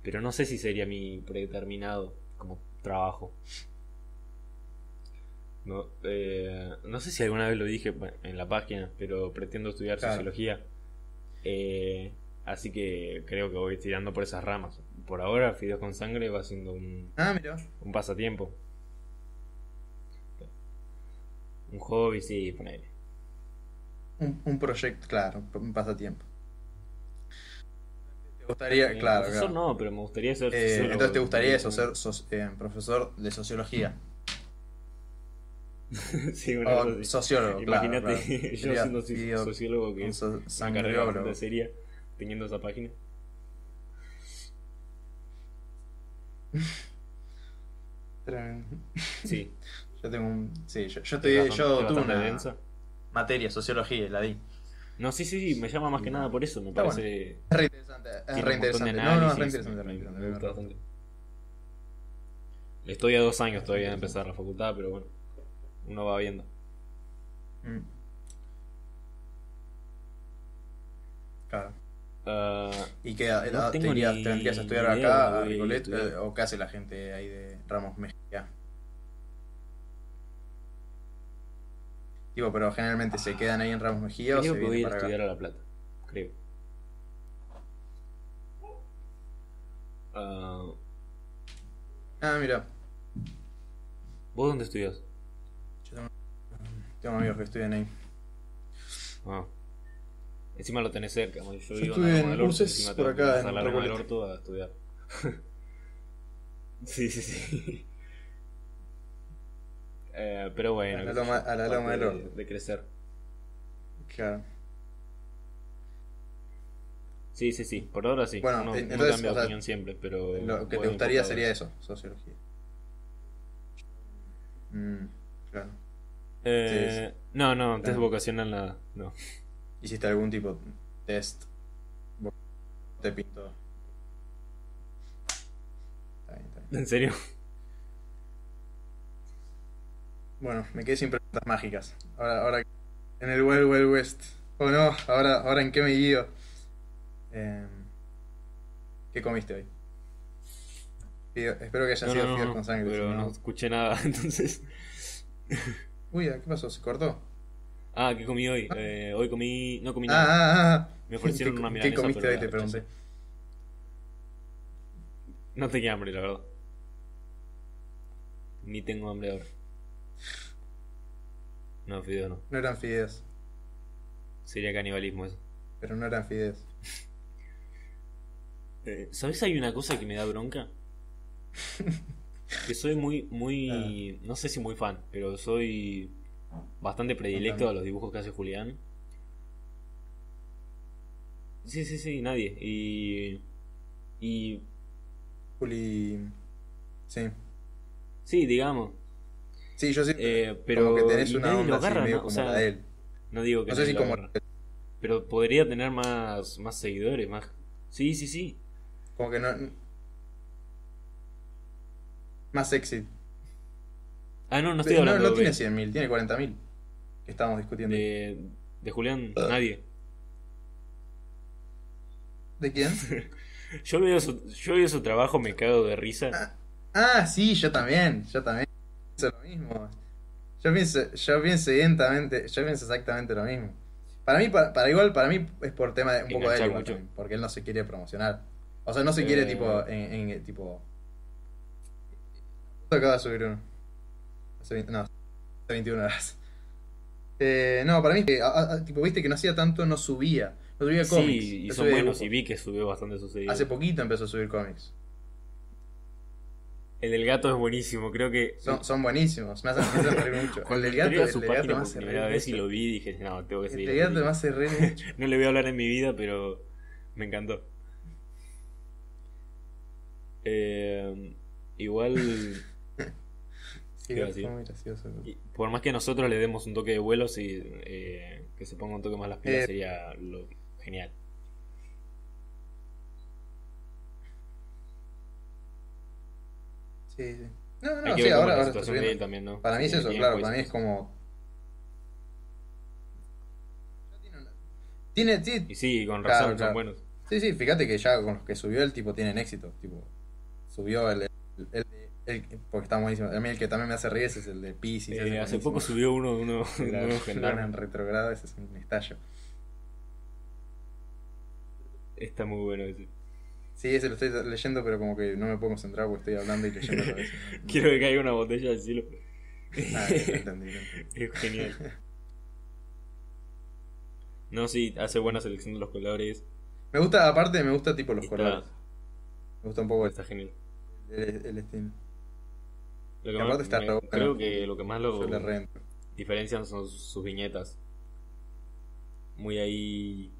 [SPEAKER 2] Pero no sé si sería mi predeterminado como trabajo. No, eh, no sé si alguna vez lo dije bueno, en la página, pero pretendo estudiar
[SPEAKER 3] Claro.
[SPEAKER 2] sociología. Eh, así que creo que voy tirando por esas ramas. Por ahora, Fideos con Sangre va siendo un,
[SPEAKER 3] Ah, mira.
[SPEAKER 2] un pasatiempo. Un hobby, sí, ponele.
[SPEAKER 3] Un, un proyecto, claro, un pasatiempo. ¿Te gustaría,
[SPEAKER 2] Eh,
[SPEAKER 3] claro,
[SPEAKER 2] profesor
[SPEAKER 3] claro.
[SPEAKER 2] no, pero me gustaría ser
[SPEAKER 3] Eh,
[SPEAKER 2] sociólogo.
[SPEAKER 3] entonces te gustaría eso, ser sos- eh, profesor de sociología.
[SPEAKER 2] Sí, una cosa
[SPEAKER 3] O
[SPEAKER 2] así.
[SPEAKER 3] sociólogo, claro, claro.
[SPEAKER 2] Imagínate yo
[SPEAKER 3] Sería
[SPEAKER 2] siendo soci-
[SPEAKER 3] video-
[SPEAKER 2] sociólogo que
[SPEAKER 3] un
[SPEAKER 2] es
[SPEAKER 3] so-
[SPEAKER 2] una carrera
[SPEAKER 3] sangriólogo.
[SPEAKER 2] bastante seria teniendo esa página.
[SPEAKER 3] Tremendo.
[SPEAKER 2] Sí.
[SPEAKER 3] Yo tengo un. Sí, yo, yo,
[SPEAKER 2] es
[SPEAKER 3] te,
[SPEAKER 2] bastante-
[SPEAKER 3] yo
[SPEAKER 2] es
[SPEAKER 3] tuve
[SPEAKER 2] bastante
[SPEAKER 3] una
[SPEAKER 2] densa.
[SPEAKER 3] materia, sociología, y la di.
[SPEAKER 2] No, sí, sí, sí, me llama más que nada por eso, me
[SPEAKER 3] Está
[SPEAKER 2] parece.
[SPEAKER 3] Es re interesante, es
[SPEAKER 2] tiene
[SPEAKER 3] re
[SPEAKER 2] un montón de
[SPEAKER 3] interesante. No, no, es re
[SPEAKER 2] análisis,
[SPEAKER 3] interesante, re
[SPEAKER 2] me-
[SPEAKER 3] interesante,
[SPEAKER 2] me
[SPEAKER 3] de
[SPEAKER 2] gusta
[SPEAKER 3] verdad.
[SPEAKER 2] bastante. Estoy a dos años todavía de empezar la facultad, pero bueno, uno va viendo.
[SPEAKER 3] Mm. Claro.
[SPEAKER 2] Ah,
[SPEAKER 3] ¿Y qué? edad-
[SPEAKER 2] No
[SPEAKER 3] edad
[SPEAKER 2] tengo
[SPEAKER 3] te irías-
[SPEAKER 2] ni
[SPEAKER 3] te vendrías a estudiar
[SPEAKER 2] idea
[SPEAKER 3] acá,
[SPEAKER 2] dónde
[SPEAKER 3] a
[SPEAKER 2] voy a ir a
[SPEAKER 3] Ricolet,
[SPEAKER 2] estudiar.
[SPEAKER 3] eh, o qué hace la gente ahí de Ramos Mejía? Tipo, pero generalmente se quedan ahí en Ramos Mejía o
[SPEAKER 2] creo
[SPEAKER 3] se
[SPEAKER 2] que voy a
[SPEAKER 3] vienen
[SPEAKER 2] ir a
[SPEAKER 3] para acá.
[SPEAKER 2] estudiar a La Plata, creo. Ah,
[SPEAKER 3] Ah, mira,
[SPEAKER 2] ¿Vos dónde estudias?
[SPEAKER 3] yo tengo, tengo amigos que estudian ahí.
[SPEAKER 2] Ah. Encima lo tenés cerca, man. yo,
[SPEAKER 3] Yo
[SPEAKER 2] vivo
[SPEAKER 3] estudié
[SPEAKER 2] en la Loma
[SPEAKER 3] en
[SPEAKER 2] del Orto,
[SPEAKER 3] cursos
[SPEAKER 2] encima
[SPEAKER 3] por
[SPEAKER 2] tengo que
[SPEAKER 3] acá,
[SPEAKER 2] pasar
[SPEAKER 3] en
[SPEAKER 2] la Loma del
[SPEAKER 3] Recoleta.
[SPEAKER 2] Orto a estudiar. Sí, sí, sí. Eh, pero
[SPEAKER 3] A
[SPEAKER 2] bueno.
[SPEAKER 3] la
[SPEAKER 2] qué sé
[SPEAKER 3] loma-
[SPEAKER 2] yo,
[SPEAKER 3] a la loma
[SPEAKER 2] parte
[SPEAKER 3] del
[SPEAKER 2] de-
[SPEAKER 3] orto.
[SPEAKER 2] de crecer.
[SPEAKER 3] Claro.
[SPEAKER 2] Sí, sí, sí, por ahora sí.
[SPEAKER 3] Bueno,
[SPEAKER 2] no,
[SPEAKER 3] en-
[SPEAKER 2] no
[SPEAKER 3] entonces,
[SPEAKER 2] cambio
[SPEAKER 3] o
[SPEAKER 2] de
[SPEAKER 3] sea,
[SPEAKER 2] opinión siempre, pero.
[SPEAKER 3] Lo que te
[SPEAKER 2] bueno,
[SPEAKER 3] gustaría
[SPEAKER 2] por
[SPEAKER 3] sería
[SPEAKER 2] ahora.
[SPEAKER 3] eso, sociología. Mm, claro.
[SPEAKER 2] Eh, No, no, test
[SPEAKER 3] Claro.
[SPEAKER 2] vocacional nada. No.
[SPEAKER 3] ¿Hiciste algún tipo de test? ¿Vos ¿Te pintó? Está bien, está bien.
[SPEAKER 2] ¿En serio?
[SPEAKER 3] Bueno, me quedé sin preguntas mágicas. Ahora, ahora en el Wild Wild West. Oh no, ahora, ahora en qué me guío. Em, ¿Qué comiste hoy? Pido- espero que haya
[SPEAKER 2] No,
[SPEAKER 3] sido
[SPEAKER 2] no, no,
[SPEAKER 3] fideos
[SPEAKER 2] no,
[SPEAKER 3] con sangre.
[SPEAKER 2] pero
[SPEAKER 3] si no-
[SPEAKER 2] no escuché nada, entonces.
[SPEAKER 3] Uy, ¿qué pasó? ¿Se cortó?
[SPEAKER 2] Ah, ¿qué comí hoy? Eh, hoy comí. No comí
[SPEAKER 3] Ah,
[SPEAKER 2] nada.
[SPEAKER 3] ah, ah, ah.
[SPEAKER 2] Me ofrecieron
[SPEAKER 3] ¿Qué-
[SPEAKER 2] una
[SPEAKER 3] ¿Qué
[SPEAKER 2] milanesa,
[SPEAKER 3] comiste
[SPEAKER 2] pero
[SPEAKER 3] hoy?
[SPEAKER 2] la
[SPEAKER 3] Te pregunté.
[SPEAKER 2] rechacé.
[SPEAKER 3] ah.
[SPEAKER 2] No tenía hambre, la verdad. Ni tengo hambre ahora. No, fideo no.
[SPEAKER 3] No eran fideos.
[SPEAKER 2] Sería canibalismo eso.
[SPEAKER 3] Pero no eran fideos.
[SPEAKER 2] Eh, ¿Sabes? Hay una cosa que me da bronca. que soy muy, muy.
[SPEAKER 3] Ah.
[SPEAKER 2] No sé si muy fan, pero soy bastante predilecto
[SPEAKER 3] Contame.
[SPEAKER 2] a los dibujos que hace Julián. Sí, sí, sí, nadie. Y. Y.
[SPEAKER 3] Juli. Sí.
[SPEAKER 2] Sí, digamos.
[SPEAKER 3] Sí, yo sí.
[SPEAKER 2] Eh, pero.
[SPEAKER 3] como que tenés
[SPEAKER 2] y
[SPEAKER 3] una
[SPEAKER 2] nadie
[SPEAKER 3] onda
[SPEAKER 2] lo
[SPEAKER 3] así
[SPEAKER 2] agarra,
[SPEAKER 3] medio
[SPEAKER 2] ¿no? O
[SPEAKER 3] como
[SPEAKER 2] sea,
[SPEAKER 3] la de él.
[SPEAKER 2] no digo que
[SPEAKER 3] No sé
[SPEAKER 2] nadie
[SPEAKER 3] si
[SPEAKER 2] lo
[SPEAKER 3] como,
[SPEAKER 2] agarra, Pero podría tener más, más seguidores, más. Sí, sí, sí.
[SPEAKER 3] como que no. Más sexy.
[SPEAKER 2] Ah, no, no
[SPEAKER 3] No,
[SPEAKER 2] estoy
[SPEAKER 3] no,
[SPEAKER 2] hablando de,
[SPEAKER 3] tiene 100.000, tiene 40.000. Que estábamos discutiendo. ¿De,
[SPEAKER 2] de, de Julián, nadie.
[SPEAKER 3] quién?
[SPEAKER 2] Yo veo, su, yo veo su trabajo, me cago de risa.
[SPEAKER 3] ah, sí, yo también. Yo también pienso lo mismo. Yo pienso, yo pienso identamente, yo pienso exactamente lo mismo. Para mí, para, para igual, para mí es por tema de un poco de él,
[SPEAKER 2] Enganchar
[SPEAKER 3] igual
[SPEAKER 2] mucho.
[SPEAKER 3] también, porque él no se quiere promocionar. O sea, no se quiere
[SPEAKER 2] Eh.
[SPEAKER 3] tipo en, en- tipo. Justo acabo de subir uno. Hace 20 no, hace 21 horas. Eh, no, para mí es que, a- a- a- tipo, viste que no hacía tanto, no subía. No subía cómics.
[SPEAKER 2] Sí, y
[SPEAKER 3] no
[SPEAKER 2] son
[SPEAKER 3] subía
[SPEAKER 2] buenos.
[SPEAKER 3] dibujos.
[SPEAKER 2] Y vi que subió bastante sus seguidores.
[SPEAKER 3] Hace poquito empezó a subir cómics.
[SPEAKER 2] El del gato es buenísimo, creo que.
[SPEAKER 3] Son, son buenísimos, me hacen, me hacen reír mucho. El
[SPEAKER 2] Cuando
[SPEAKER 3] del
[SPEAKER 2] entré
[SPEAKER 3] gato,
[SPEAKER 2] a
[SPEAKER 3] el
[SPEAKER 2] su
[SPEAKER 3] del
[SPEAKER 2] página
[SPEAKER 3] gato me
[SPEAKER 2] por
[SPEAKER 3] hace
[SPEAKER 2] primera
[SPEAKER 3] reír
[SPEAKER 2] vez y
[SPEAKER 3] mucho.
[SPEAKER 2] lo vi y dije, no, tengo que
[SPEAKER 3] El
[SPEAKER 2] seguir.
[SPEAKER 3] del gato me hace reír mucho.
[SPEAKER 2] No le voy a hablar en mi vida, pero me encantó. Eh, igual,
[SPEAKER 3] Sí,
[SPEAKER 2] Qué gracioso.
[SPEAKER 3] fue muy gracioso.
[SPEAKER 2] y por más que nosotros le demos un toque de vuelo, sí, eh, que se ponga un toque más las pilas
[SPEAKER 3] Eh.
[SPEAKER 2] sería lo genial.
[SPEAKER 3] Sí, sí. No,
[SPEAKER 2] Hay
[SPEAKER 3] no,
[SPEAKER 2] que
[SPEAKER 3] sí, ahora,
[SPEAKER 2] ver cómo es la
[SPEAKER 3] ahora está
[SPEAKER 2] situación de él
[SPEAKER 3] subiendo.
[SPEAKER 2] también, ¿no?
[SPEAKER 3] Para mí es
[SPEAKER 2] Si
[SPEAKER 3] eso,
[SPEAKER 2] tiene
[SPEAKER 3] claro,
[SPEAKER 2] tiempo y
[SPEAKER 3] para mí
[SPEAKER 2] esas
[SPEAKER 3] es como. Tiene, tiene,
[SPEAKER 2] Y sí, con
[SPEAKER 3] Claro,
[SPEAKER 2] razón, son
[SPEAKER 3] claro.
[SPEAKER 2] buenos.
[SPEAKER 3] Sí, sí, fíjate que ya con los que subió el tipo tienen éxito. Tipo, subió el, el, el- el- porque está buenísimo. A mí el que también me hace reír ese es el de Pisces.
[SPEAKER 2] Eh, hace poco subió uno de uno, de
[SPEAKER 3] la
[SPEAKER 2] unos gendarmes.
[SPEAKER 3] Luna en retrogrado, ese es un estallo.
[SPEAKER 2] Está muy bueno ese.
[SPEAKER 3] Mm. Sí, ese lo estoy leyendo, pero como que no me puedo concentrar porque estoy hablando y leyendo a la vez. No, no.
[SPEAKER 2] Quiero que caiga una botella al cielo.
[SPEAKER 3] Ah, entendí, entendí.
[SPEAKER 2] Es genial. No, sí, hace buena selección de los colores.
[SPEAKER 3] Me gusta, aparte, me gusta tipo los
[SPEAKER 2] Está-
[SPEAKER 3] colores. Me gusta un poco el,
[SPEAKER 2] Está genial.
[SPEAKER 3] el, el estilo.
[SPEAKER 2] Lo que
[SPEAKER 3] Aparte está re bueno.
[SPEAKER 2] creo que lo que más lo
[SPEAKER 3] Yo le reentro.
[SPEAKER 2] diferencian son sus, sus viñetas. Muy ahí.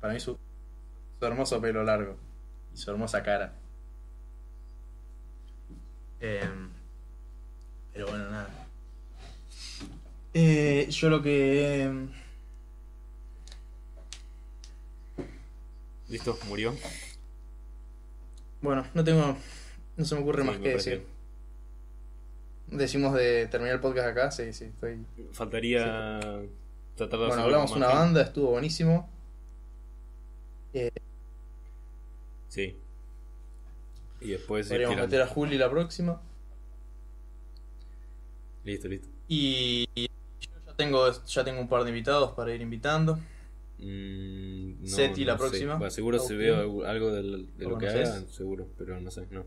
[SPEAKER 3] Para mí su, su hermoso pelo largo y su hermosa cara.
[SPEAKER 4] Em, pero bueno, nada.
[SPEAKER 3] Eh, yo lo que... em,
[SPEAKER 2] Listo, murió.
[SPEAKER 3] Bueno, no tengo... No se me ocurre más
[SPEAKER 2] Sí, me
[SPEAKER 3] que
[SPEAKER 2] parece
[SPEAKER 3] decir. Decimos de terminar el podcast acá, sí, sí, estoy...
[SPEAKER 2] bien. Faltaría tratar de
[SPEAKER 3] Bueno,
[SPEAKER 2] hacerlo
[SPEAKER 3] hablamos
[SPEAKER 2] con
[SPEAKER 3] una
[SPEAKER 2] más gente.
[SPEAKER 3] banda, estuvo buenísimo.
[SPEAKER 2] Sí. Y después. ir
[SPEAKER 3] Podríamos
[SPEAKER 2] tirando.
[SPEAKER 3] meter a Juli la próxima.
[SPEAKER 2] Listo, listo.
[SPEAKER 3] Y yo ya tengo, ya tengo un par de invitados para ir invitando.
[SPEAKER 2] Mm, no,
[SPEAKER 3] Seti, la
[SPEAKER 2] no sé.
[SPEAKER 3] próxima.
[SPEAKER 2] Bah, seguro si
[SPEAKER 3] Agustín.
[SPEAKER 2] veo algo- algo del- de
[SPEAKER 3] ¿Lo
[SPEAKER 2] lo que
[SPEAKER 3] conoces?
[SPEAKER 2] haga, seguro, pero no sé, no.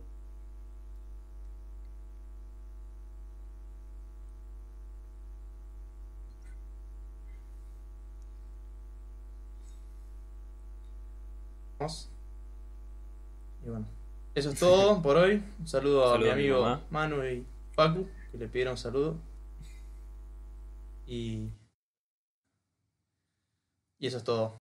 [SPEAKER 3] Vamos. Y bueno, eso es todo por hoy. Un saludo,
[SPEAKER 2] Saludo
[SPEAKER 3] a mi amigo
[SPEAKER 2] mamá.
[SPEAKER 3] Manu y Paco, que le pidieron un saludo. Y. Y eso es todo.